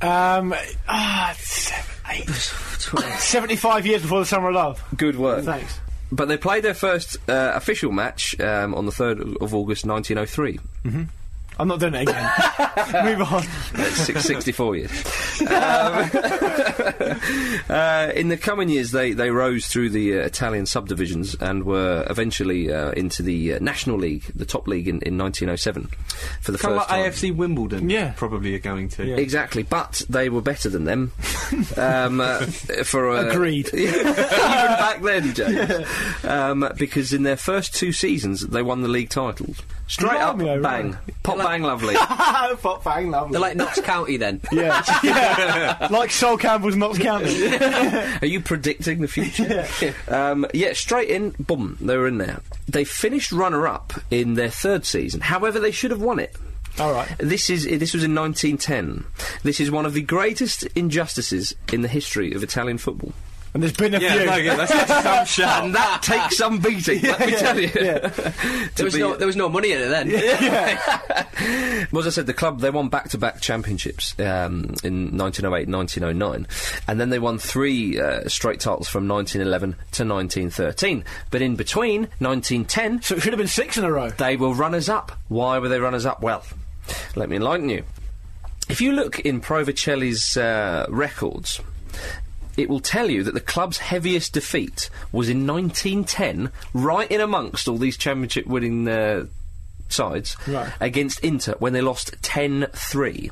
C: Um, ah, seven, eight. 75 years before the Summer of Love.
A: Good work.
C: Thanks.
A: But they played their first uh, official match um, on the 3rd of August 1903.
C: I'm not doing it again. Move on.
A: That's six, 64 years. Um, uh, in the coming years, they, they rose through the uh, Italian subdivisions and were eventually uh, into the uh, National League, the top league, in, in 1907 for the
B: Kind of
A: first
B: like
A: time.
B: AFC Wimbledon.
C: Yeah.
B: Probably you're going to.
A: Exactly, but they were better than them. um, uh, for uh,
C: Agreed.
A: even back then, James, um, because in their first two seasons they won the league titles. Straight up,
C: Blimey, oh,
A: bang, pop, bang, lovely.
C: Pop, bang, lovely.
D: They're like Knox County then.
C: yeah. yeah. like Sol Campbell's Knox County.
A: Are you predicting the future? um, yeah, straight in, boom, they were in there. They finished runner-up in their third season. However, they should have won it.
C: All right.
A: This is this was in 1910. This is one of the greatest injustices in the history of Italian football.
C: And there's been a
B: Yeah,
C: few.
B: no, yeah, that's, that's some shout.
A: and that takes some beating. let me tell you. To
D: There was,
A: be-
D: no, there was no money in it then.
A: well, as I said, the club they won back-to-back championships um, in 1908, 1909, and then they won three uh, straight titles from 1911 to 1913. But in between 1910,
C: So it should have been six in a row.
A: they were runners-up. Why were they runners-up? Well, let me enlighten you. If you look in Provicelli's uh, records. It will tell you that the club's heaviest defeat was in 1910, right in amongst all these championship winning uh, sides,
C: Right.
A: against Inter when they lost 10 3.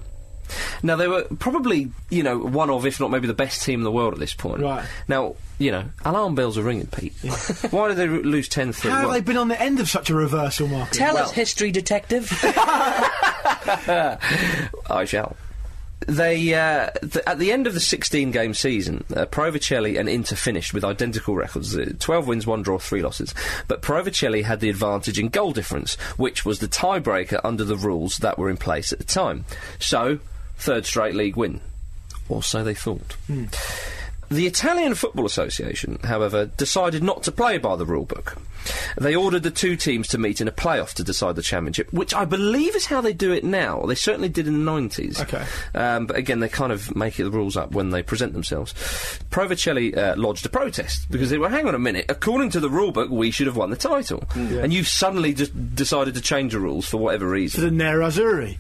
A: Now, they were probably, you know, one of, if not maybe the best team in the world at this point.
C: Right.
A: Now, you know, alarm bells are ringing, Pete. Why did they r- lose 10 3?
C: How have they been on the end of such a reversal, Mark?
D: Tell us, history detective.
A: I shall. They uh, th- at the end of the 16-game season, uh, Provicelli and Inter finished with identical records: uh, 12 wins, one draw, three losses. But Provicelli had the advantage in goal difference, which was the tiebreaker under the rules that were in place at the time. So, third straight league win, or so they thought. The Italian Football Association, however, decided not to play by the rulebook. They ordered the two teams to meet in a playoff to decide the championship, which I believe is how they do it now. They certainly did in the 90s.
C: Okay.
A: Um, but again, they kind of make the rules up when they present themselves. Provicelli uh, lodged a protest because they were, hang on a minute, according to the rulebook, we should have won the title.
C: Mm.
A: And you've suddenly just decided to change the rules for whatever
C: To
A: reason.
C: the Nerazzurri.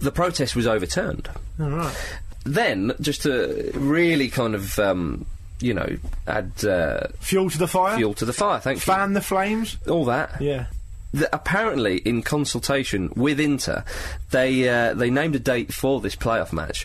A: the protest was overturned
C: All right.
A: then, just to really kind of, um, you know, add uh,
C: Fuel to the fire.
A: fuel to the fire, thank
C: Fan the flames.
A: you. All that.
C: Yeah.
A: Th- apparently, in consultation with Inter, they uh, they named a date for this playoff match,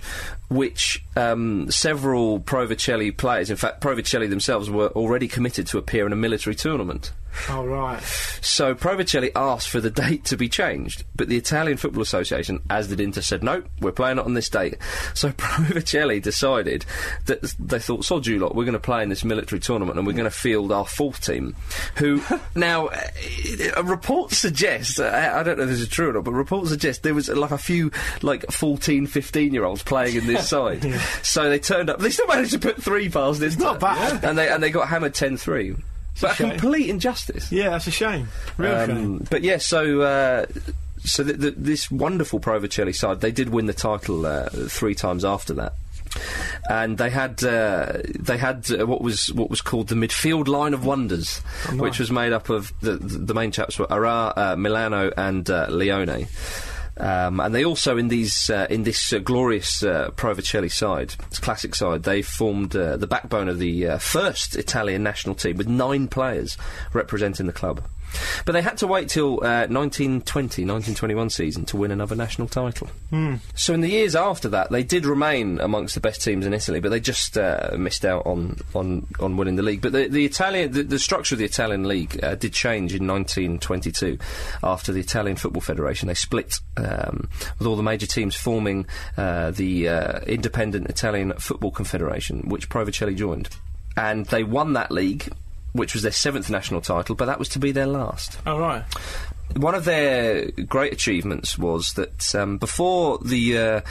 A: which um, several Provicelli players, in fact, Provicelli themselves, were already committed to appear in a military tournament.
C: All right.
A: So Provicelli asked for the date to be changed, but the Italian Football Association, as did Inter, said no, we're playing it on this date. So Provicelli decided that they thought, sod you lot, we're going to play in this military tournament and we're going to field our fourth team, who now eh, eh, reports suggest eh, I I don't know if this is true or not, but reports suggest there was eh, like a few like 14, 15 year olds playing in this side. So they turned up. They still managed to put three past this.
C: Not bad.
A: And they and they got hammered 10-3.
C: a
A: But a
C: shame.
A: complete injustice.
C: Yeah, that's a shame. Real shame.
A: Um, but yeah, so uh, so th- th- this wonderful Provicelli side, they did win the title uh, three times after that. And they had uh, they had uh, what was what was called the midfield line of wonders,
C: Oh,
A: which was made up of the the the main chaps were Ara, uh, Milano, and uh, Leone, um, and they also in these uh, in this uh, glorious uh, Provicelli side, this classic side, they formed uh, the backbone of the uh, first Italian national team with nine players representing the club. But they had to wait till uh, 1920, 1921 season to win another national title. So in the years after that, they did remain amongst the best teams in Italy, but they just uh, missed out on, on, on winning the league. But the, the Italian, the, the structure of the Italian league uh, did change in 1922 after the Italian Football Federation. They split um, with all the major teams forming uh, the uh, independent Italian Football Confederation, which Provicelli joined. And they won that league, which was their seventh national title, but that was to be their last.
C: All right.
A: One of their great achievements was that um, before the uh,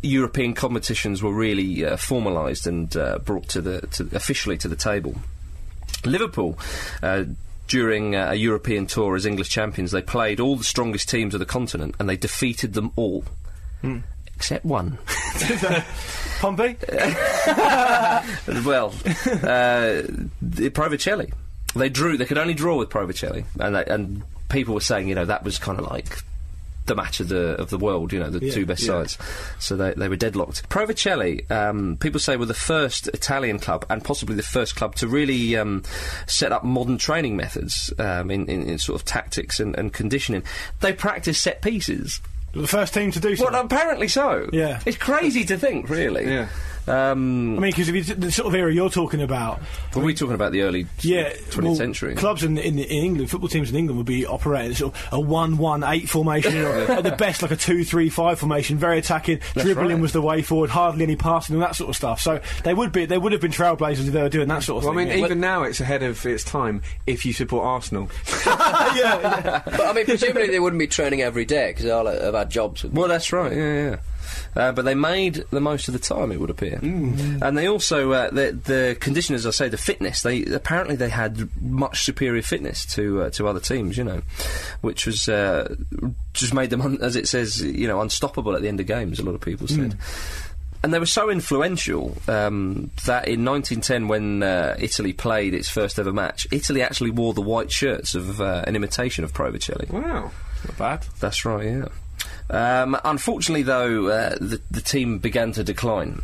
A: European competitions were really uh, formalised and uh, brought to the to, officially to the table, Liverpool. Uh, during uh, a European tour as English champions, they played all the strongest teams of the continent and they defeated them all, except one.
C: Pompey.
A: well, uh, the Provicelli. They drew. They could only draw with Provicelli, and they, and people were saying, you know, that was kind of like the match of the of the world. You know, the
C: Yeah,
A: two best
C: yeah.
A: sides. So they they were deadlocked. Provicelli. Um, people say were the first Italian club and possibly the first club to really um, set up modern training methods um, in, in in sort of tactics and, and conditioning. They practice set pieces.
C: The first team to do so.
A: Well, apparently so.
C: Yeah.
A: it's crazy to think, really.
B: Yeah.
A: Um,
C: I mean, because if you the sort of era you're talking about,
A: Were we talking about the early
C: yeah,
A: 20th
C: well,
A: century?
C: clubs in, in in England, football teams in England would be operating sort of a one-one-eight formation, or at the best like a two-three-five formation, very attacking, dribbling
A: right.
C: was the way forward, hardly any passing and that sort of stuff. So they would be they would have been trailblazers if they were doing that sort of
B: Well, I
C: thing.
B: mean, even now it's ahead of its time if you support Arsenal.
C: yeah. yeah, yeah.
D: But I mean, presumably they wouldn't be training every day because they all have had jobs.
A: well, that's right. Yeah, yeah. Uh, but they made the most of the time, it would appear. And they also uh, the the condition, as I say, the fitness. They apparently they had much superior fitness to uh, to other teams, you know, which was uh, just made them, un- as it says, you know, unstoppable at the end of games. A lot of people said. And they were so influential um, that in 1910, when uh, Italy played its first ever match, Italy actually wore the white shirts of uh, an imitation of Provicelli.
B: wow. Not bad.
A: That's right, yeah. Um, unfortunately, though, uh, the, the team began to decline.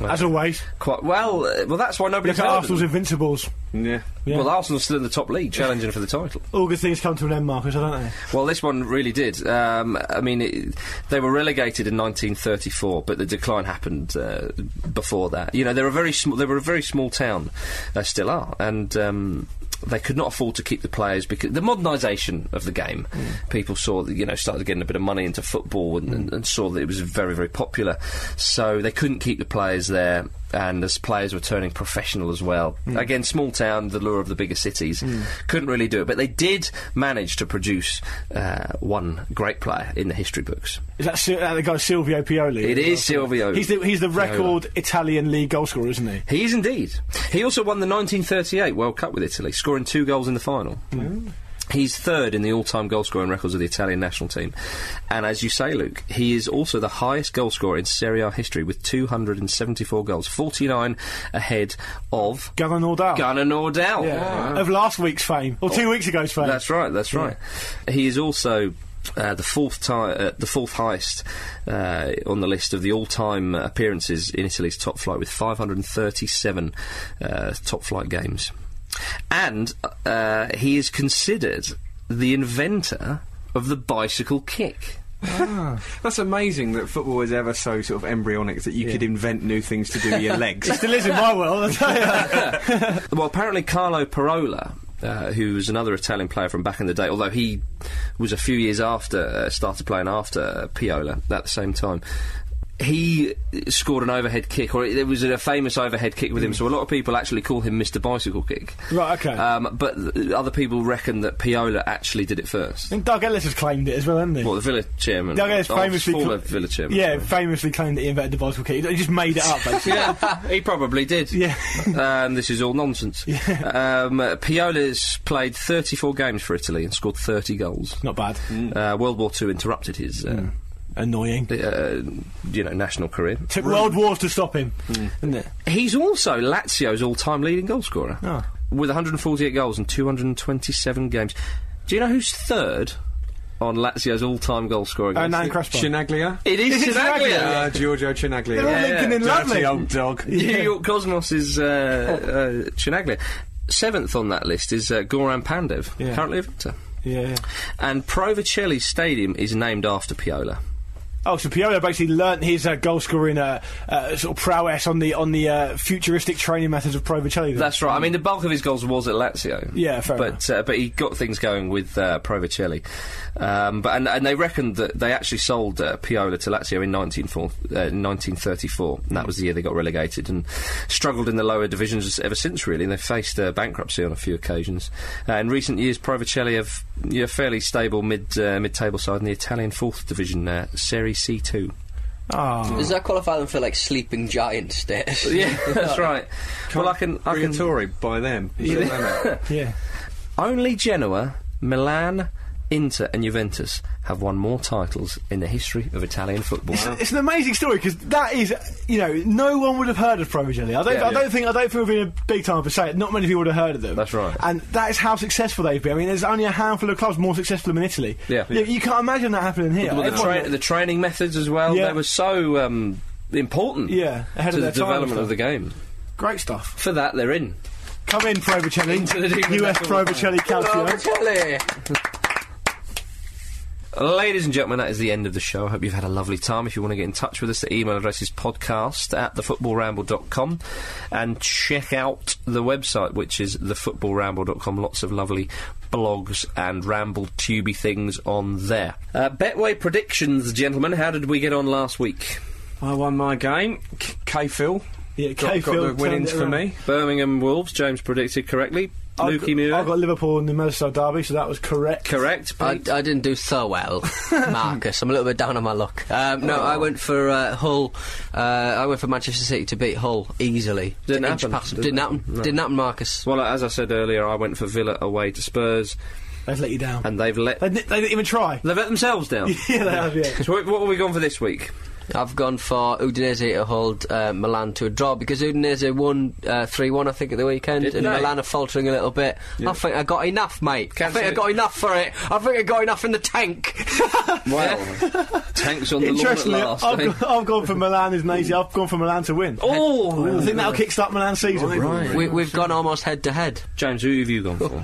C: As always,
A: Quite well. Uh, well, that's why nobody's
C: look at
A: heard of
C: Arsenal's
A: them.
C: invincibles.
B: Yeah.
C: yeah.
A: Well, Arsenal's still in the top league, challenging for the title.
C: All good things come to an end, Marcus, I don't know.
A: Well, this one really did. Um, I mean, it, they were relegated in 1934, but the decline happened uh, before that. You know, they were a very sm- they were a very small town, they still are, and. Um, they could not afford to keep the players because the modernisation of the game. People saw, that, you know, started getting a bit of money into football and, and, and saw that it was very, very popular. So they couldn't keep the players there.
D: and as players were turning professional as well. Again, small town, the lure of the bigger cities, couldn't really do it, but they did manage to produce uh, one great player in the history books.
C: Is that Sil- uh, the guy Silvio Pioli?
D: It is Silvio.
C: He's the he's the record
D: Pioli.
C: Italian league goal scorer, isn't he?
D: He is indeed. He also won the 1938 World Cup with Italy, scoring two goals in the final. He's third in the all-time goal scoring records of the Italian national team, and as you say, Luke, he is also the highest goal scorer in Serie A history with 274 goals, 49 ahead of
C: Gunnar Nordau.
D: Gunnar Nordell.
C: Yeah. Of last week's fame, or two weeks ago's fame.
D: Oh, That's right. That's right. He is also. Uh, the fourth time, uh, the fourth highest uh, on the list of the all-time uh, appearances in Italy's top flight, with 537 uh, top flight games, and uh, he is considered the inventor of the bicycle kick.
B: That's amazing that football was ever so sort of embryonic that you could invent new things to do with your legs.
C: Still is in my world. I'll tell you.
D: Well, apparently Carlo Parola, uh, who was another Italian player from back in the day, although he was a few years after uh, started playing after uh, Piola at the same time. He scored an overhead kick, or there was a famous overhead kick with him. So a lot of people actually call him Mr. Bicycle Kick.
C: Right, okay.
D: Um, but th- other people reckon that Piola actually did it
C: I
D: first.
C: think Doug Ellis has claimed it as well, hasn't he?
D: Well, the village chairman.
C: Doug Ellis
D: Oh,
C: famously,
D: former
C: cla-
D: village chairman.
C: yeah,
D: sorry.
C: famously claimed that he invented the bicycle kick. He just made it up. Basically.
D: yeah, he probably did.
C: Yeah.
D: um, this is all nonsense. Um, uh, Piola's played 34 games for Italy and scored 30 goals.
C: Not bad.
D: Uh, World War II interrupted his, uh,
C: Hmm. Annoying.
D: uh, you know, national career.
C: Took world wars to stop him,
D: Mm.
C: didn't it?
D: He's also Lazio's all-time leading goalscorer
C: Oh.
D: with 148 goals in 227 games. Do you know who's third on Lazio's all-time goalscorer?
C: Oh,
D: against
C: Nan
D: it?
C: Crespo.
B: Chinaglia?
D: It is
C: Is it Chinaglia?
D: Chinaglia.
B: Uh, Giorgio Chinaglia.
C: They're all linking in lovely.
B: Dirty old dog.
D: New York Cosmos is uh, uh, Chinaglia. Seventh on that list is uh, Goran Pandev,
C: Yeah.
D: currently a victor.
C: Yeah, yeah.
D: And Provicelli Stadium is named after Piola.
C: Oh, so Piolo basically learnt his uh, goal scoring uh, uh, sort of prowess on the on the uh, futuristic training methods of Provicelli. then?
D: That's right. I mean, the bulk of his goals was at Lazio.
C: Yeah, fair
D: but uh, but he got things going with uh, Provicelli. Um, but and, and they reckoned that they actually sold uh, Piola to Lazio in 19, four- uh, 1934. And that was the year they got relegated and struggled in the lower divisions ever since. Really, and they faced uh, bankruptcy on a few occasions. Uh, in recent years, Provicelli have you know, fairly stable mid uh, mid table side in the Italian fourth division, uh, Serie C two.
C: Oh.
A: Does that qualify them for like sleeping giant status?
D: Yeah, that's right. well, I can I can
B: Briatore by them.
C: Yeah.
D: Only Genoa, Milan, Inter, and Juventus have won more titles in the history of Italian football.
C: It's an amazing story because that is, you know, no one would have heard of Provicelli. I don't,
D: Yeah.
C: I don't think, I don't think we've been a big time for saying it. Not many people would have heard of them.
D: That's right.
C: And that is how successful they've been. I mean, there's only a handful of clubs more successful than Italy.
D: Yeah.
C: You, you can't imagine that happening here.
D: Well, the,
C: Everyone-
D: tra- the training methods as well,
C: Yeah.
D: they were so um, important
C: Yeah, ahead
D: to
C: of their time
D: the
C: and
D: development of
C: stuff.
D: the game.
C: Great stuff.
D: For that, they're in.
C: Come in, Provicelli.
D: Into the deep
C: US
D: end.
C: Provicelli Calcio.
A: Provicelli.
D: Ladies and gentlemen, that is the end of the show. I hope you've had a lovely time. If you want to get in touch with us, the email address is podcast at thefootballramble.com and check out the website, which is thefootballramble.com. Lots of lovely blogs and ramble tubey things on there. Uh, Betway predictions, gentlemen. How did we get on last week?
B: I won my game. K- K-Phil.
C: Yeah,
B: Got, got
C: Cahill
B: the
C: turned
B: winnings
C: it
B: for
C: around.
B: me.
D: Birmingham Wolves, James predicted correctly.
C: I've
D: Lukey
C: got,
D: Muir.
C: I've got Liverpool in the Merseyside derby, so that was correct.
D: correct.
A: I, I
D: Pete?
A: didn't do so well, Marcus. I'm a little bit down on my luck. Um, no, I went for uh, Hull. Uh, I went for Manchester City to beat Hull easily.
D: Didn't
A: Inch
D: happen,
A: past them.
D: did
A: Didn't
D: it?
A: happen. Didn't happen, Marcus.
D: well, as I said earlier, I went for Villa away to Spurs,
C: They've let you down.
D: and they've let
C: they, di- they didn't even try.
D: they've let themselves down.
C: yeah, they have, yeah.
D: so, what, what have we gone for this week?
A: I've gone for Udinese to hold uh, Milan to a draw because Udinese won uh, three one I think at the weekend
D: Did
A: and
D: they?
A: Milan are faltering a little bit. I think I got enough, mate.
D: Can't
A: I think
D: say-
A: I got enough for it. I think I got enough in the tank.
D: Well, tanks on the lawn at
C: Interestingly,
D: last.
C: I've,
D: eh?
C: go- I've gone for Milan as Nazi. I've gone for Milan to win.
D: Oh,
C: I think that'll kickstart Milan's season. Right.
A: we, we've gone almost head to head.
D: James, who have you gone for?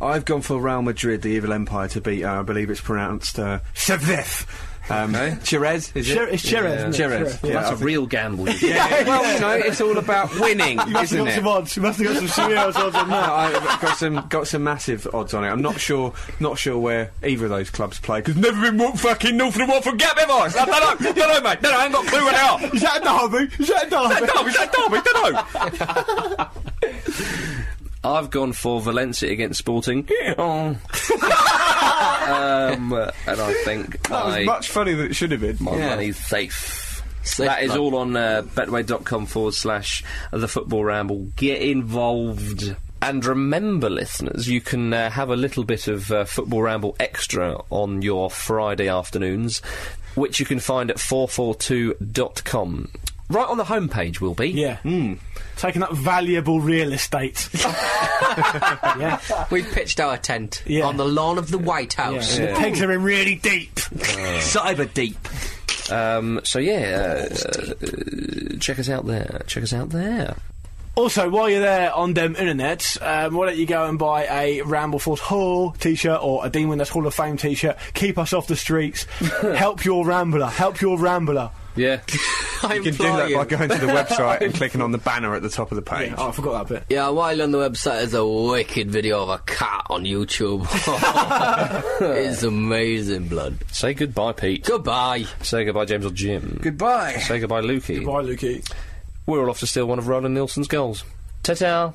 B: I've gone for Real Madrid, the evil empire, to beat, uh, I believe it's pronounced, uh, Seveth. Um,
A: Okay.
B: Jerez, is it?
C: Cher- it's Cherez, isn't it?
B: Jerez.
C: Cherez.
B: Yeah, I
A: That's a
B: think-
A: real gamble. you-
B: yeah, well, you know, it's all about winning,
C: You must have
B: isn't
C: got
B: it?
C: some odds. You must have got some serious odds on
B: No,
C: that.
B: I got some got some massive odds on it. I'm not sure not sure where either of those clubs play because never been wa- fucking north of the Watford Gap ever. I don't know, don't know, mate. Don't know, I ain't got a clue where they are.
C: Is that a derby? Is that a derby?
B: No, is that Derby? Don't know.
A: I've gone for Valencia against Sporting. um, uh, and I think
B: That was
A: I,
B: much funnier than it should have been.
A: my
B: Yeah.
A: money's safe.
D: Safe
A: that is
D: bet.
A: all on uh, betway.com forward slash the football ramble. Get involved. And remember, listeners, you can uh, have a little bit of uh, football ramble extra on your Friday afternoons, which you can find at 442.com. Right on the homepage will be.
C: Yeah. Hmm. Taking up valuable real estate. yeah.
D: We've pitched our tent
C: Yeah.
D: on the lawn of the White House.
C: The pegs are in really deep.
D: Cyber deep.
A: Um, so, yeah, uh, uh, check us out there. Check us out there.
C: Also, while you're there on them internets, um, why don't you go and buy a Ramble Force Hall t-shirt or a Dean Windows Hall of Fame t-shirt. Keep us off the streets. help your Rambler. Help your Rambler.
A: Yeah.
D: I
B: You can do
D: implore
B: that
D: you.
B: by going to the website and clicking on the banner at the top of the page.
C: Yeah, oh, I forgot that bit.
D: Yeah, while on the website is a wicked video of a cat on YouTube. it's amazing, blood.
A: Say goodbye, Pete.
D: Goodbye.
A: Say goodbye, James or Jim.
B: Goodbye.
A: Say goodbye, Lukey.
C: Bye, Lukey.
A: We're all off to steal one of Roland Nielsen's goals. Ta ta!